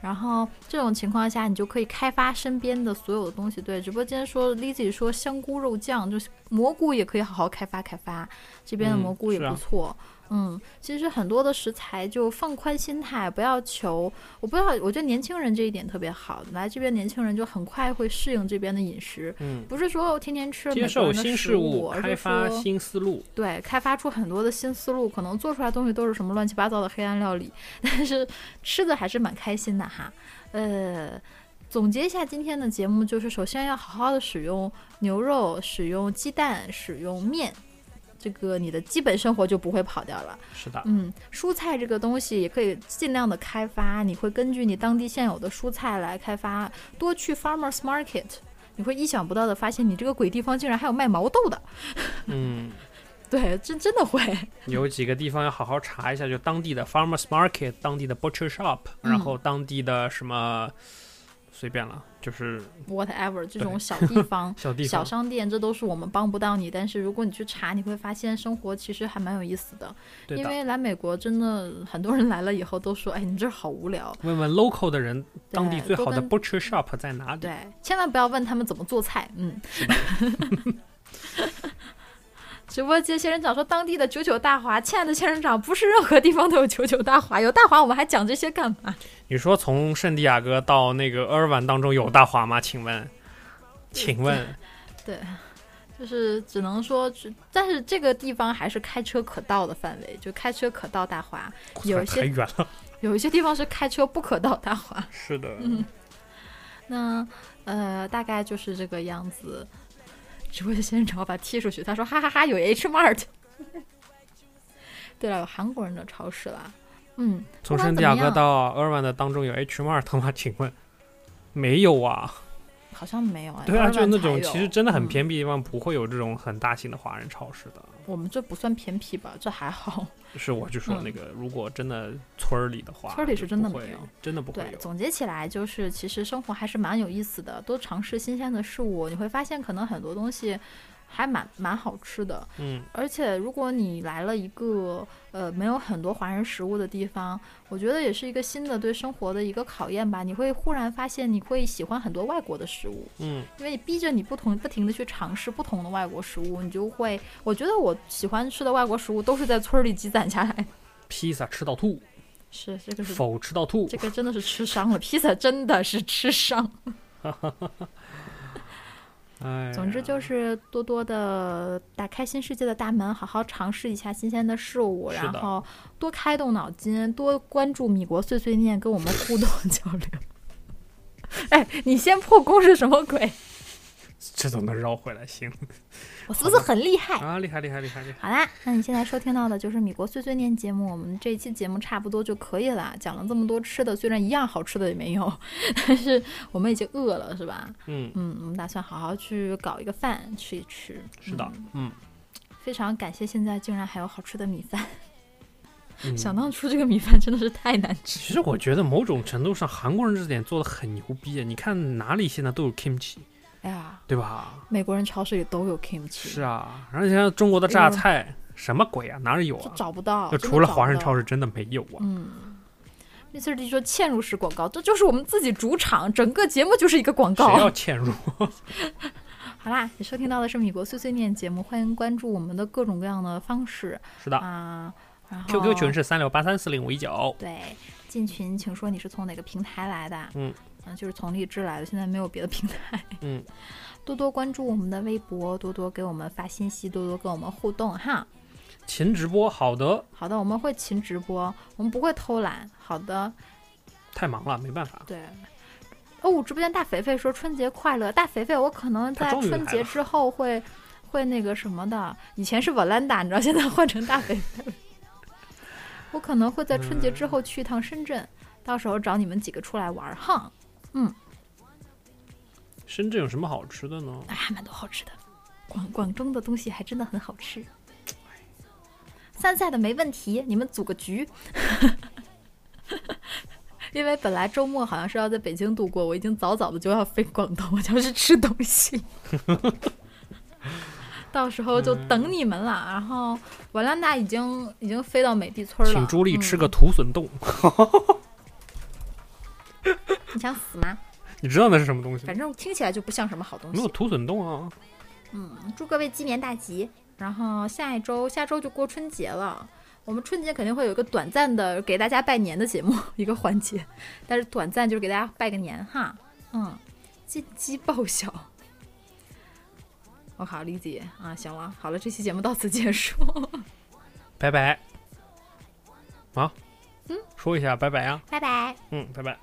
A: 然后这种情况下，你就可以开发身边的所有的东西。对，直播间说 Lizzy 说香菇肉酱，就是蘑菇也可以好好开发开发，这边的
B: 嗯
A: 蘑菇也
B: 是啊
A: 不错。嗯，
B: 啊
A: 其实很多的食材就放宽心态，不要求。我不知道，我觉得年轻人这一点特别好，来这边年轻人就很快会适应这边的饮食，
B: 嗯，
A: 不是说天天吃
B: 接
A: 美国
B: 受
A: 人的
B: 新
A: 食
B: 事
A: 物，
B: 物，
A: 而
B: 开
A: 是
B: 发
A: 说
B: 新思路。
A: 对，开发出很多的新思路，可能做出来的东西都是什么乱七八糟的黑暗料理， 但是吃的还是蛮开心的哈。呃，总结一下今天的节目，就是首先要好好的使用牛肉，使用鸡蛋，使用面，这个你的基本生活就不会跑掉了。
B: 是 的，
A: 嗯，蔬菜这个东西也可以尽量的开发，你会根据你当地现有的蔬菜来开发，多去 farmers market，你会意想不到的发现，你这个鬼地方竟然还有卖毛豆的，
B: 嗯，
A: 对，真真的会，
B: 有几个地方要好好查一下，就当地的 farmers market、当地的 butcher shop，
A: 嗯
B: 然后当地的什么随便了，就是
A: whatever 这 种
B: 对、
A: 小地方
B: 小地
A: 小
B: 方。
A: 商店，这都是我们帮不到你。但是如果你去查，你会发现生活其实还蛮有意思的。
B: 对
A: 因
B: 的，
A: 为来美国真的很多人来了以后都说：“哎，你这儿好无聊。
B: 问问 local 的人，当地
A: 对
B: 最
A: 多
B: 好的
A: 跟
B: butcher shop 在哪”里？
A: 对，千万不要问他们怎么做菜。嗯。 直播间仙人掌说当地的九九大华，亲爱的仙人掌，不是任何地方都有九九大华，有大华我们还讲这些干嘛？
B: 你说从圣地亚哥到那个厄尔湾当中有大华吗？请问，请问，
A: 就是只能说，只但是这个地方还是开车可到的范围，就开车可到大华。 有一些
B: 太远了。
A: 有一些地方是开车不可到达华。
B: 是的，
A: 嗯 那呃，大概就是这个样子。直播间先生把我踢出去，他说哈哈哈有 H Mart。对了，有韩国人的超市啦。嗯，
B: 从
A: 不管
B: 圣地
A: 怎么
B: 亚哥
A: 样
B: 到厄尔湾的当中有 H Mart 吗？ 请问，没有啊。
A: 好像没有哎。
B: 对啊，
A: 偶尔
B: 就那
A: 才有
B: 种其实真的很
A: 嗯
B: 偏僻的地方，不会有这种很大型的华人超市的。
A: 我们这不算偏僻吧？这还好。
B: 是我就说
A: 嗯
B: 那个，如果真的村儿里的话，
A: 村儿里是
B: 就
A: 真的
B: 不会
A: 没有，
B: 真的不会
A: 对，
B: 有。
A: 总结起来就是，其实生活还是蛮有意思的，多尝试新鲜的事物，你会发现可能很多东西还蛮蛮好吃的。
B: 嗯，
A: 而且，如果你来了一个呃没有很多华人食物的地方，我觉得也是一个新的对生活的一个考验吧。你会忽然发现，你会喜欢很多外国的食物，
B: 嗯，
A: 因为你逼着你不同不停的去尝试不同的外国食物，你就会，我觉得我喜欢吃的外国食物都是在村儿里积攒下来的。
B: 披萨吃到吐，
A: 是，这个是
B: 否吃到吐
A: 这。个真的是吃伤了，披萨真的是吃伤。
B: 哎，
A: 总之就是多多的打开新世界的大门，好好尝试一下新鲜的事物，
B: 是
A: 然
B: 的
A: 后多开动脑筋，多关注米国碎碎念，跟我们互 动交流。哎，你先破功是什么鬼？
B: 这都能绕回来，行
A: 我是不是很厉害？
B: 啊，厉害厉害厉害厉害。
A: 好啦，那你现在收听到的就是米国碎碎念节目，我们这一期节目差不多就可以了。讲了这么多吃的，虽然一样好吃的也没有，但是我们已经饿了，是吧？
B: 嗯，
A: 嗯，我们打算好好去搞一个饭吃一吃。
B: 是的
A: 嗯，
B: 嗯，
A: 非常感谢现在竟然还有好吃的米饭，
B: 嗯
A: 想当初这个米饭真的是太难 吃。
B: 其实我觉得某种程度上，韩国人这点做的很牛逼。啊你看哪里现在都有 kimchi，
A: 哎呀，
B: 对吧？
A: 美国人超市里都有 kimchi，
B: 是啊，然后你像中国的榨菜，什么鬼啊？哪里有
A: 哎就
B: 啊？
A: 找不到，
B: 就
A: 真的
B: 除了
A: 找
B: 华
A: 不
B: 人
A: 到
B: 超市，真的没有啊。
A: 嗯。那次 D 说嵌入式广告，这就是我们自己主场，整个节目就是一个广
B: 谁要
A: 告。
B: 嵌入？
A: 好啦，你收听到的是米国碎碎念节目，欢迎关注我们的各种各样的方式
B: 是的
A: 啊。然后
B: ，QQ 群是三六八三四零五一九。
A: 对，进群请说你是从哪个平台来的。
B: 嗯
A: 嗯，就是从荔枝来的，现在没有别的平台。
B: 嗯，
A: 多多关注我们的微博，多多给我们发信息，多多跟我们互动哈。
B: 勤直播，好的，
A: 好的，我们会勤直播，我们不会偷懒。好的，
B: 太忙了，没办法。
A: 对。哦，直播间大肥肥说春节快乐，大肥肥，我可能
B: 他
A: 在
B: 终于
A: 春
B: 来
A: 节
B: 了
A: 之后会会那个什么的，以前是 Valanda，你知道现在换成大肥肥了，我可能会在春节之后去一趟深圳，到时候找你们几个出来玩儿哈，
B: 深圳有什么好吃的呢？
A: 啊，蛮多好吃的，广广东的东西还真的很好吃。参赛的没问题，你们组个局。 因为本来周末好像是要在北京度过，我已经早早的就要飞广东，我就要去吃东西。 到时候就等你们了。然后瓦兰达已经已经飞到美地村了，
B: 请朱莉
A: 嗯
B: 吃个土笋冻，
A: 你想死吗？
B: 你知道那是什么东西吗
A: 反？正听起来就不像什么好东
B: 没有
A: 西。
B: 土笋冻啊，
A: 祝各位鸡年大吉！然后下一周，下周就过春节了。我们春节肯定会有一个短暂的给大家拜年的节目 一个环节，但是短暂就是给大家拜个年哈。嗯，见机报晓。我靠，李姐啊，行了，好了，这期节目到此结束。
B: 拜拜。啊，说一下拜拜啊，啊
A: 拜拜。
B: 嗯，拜拜。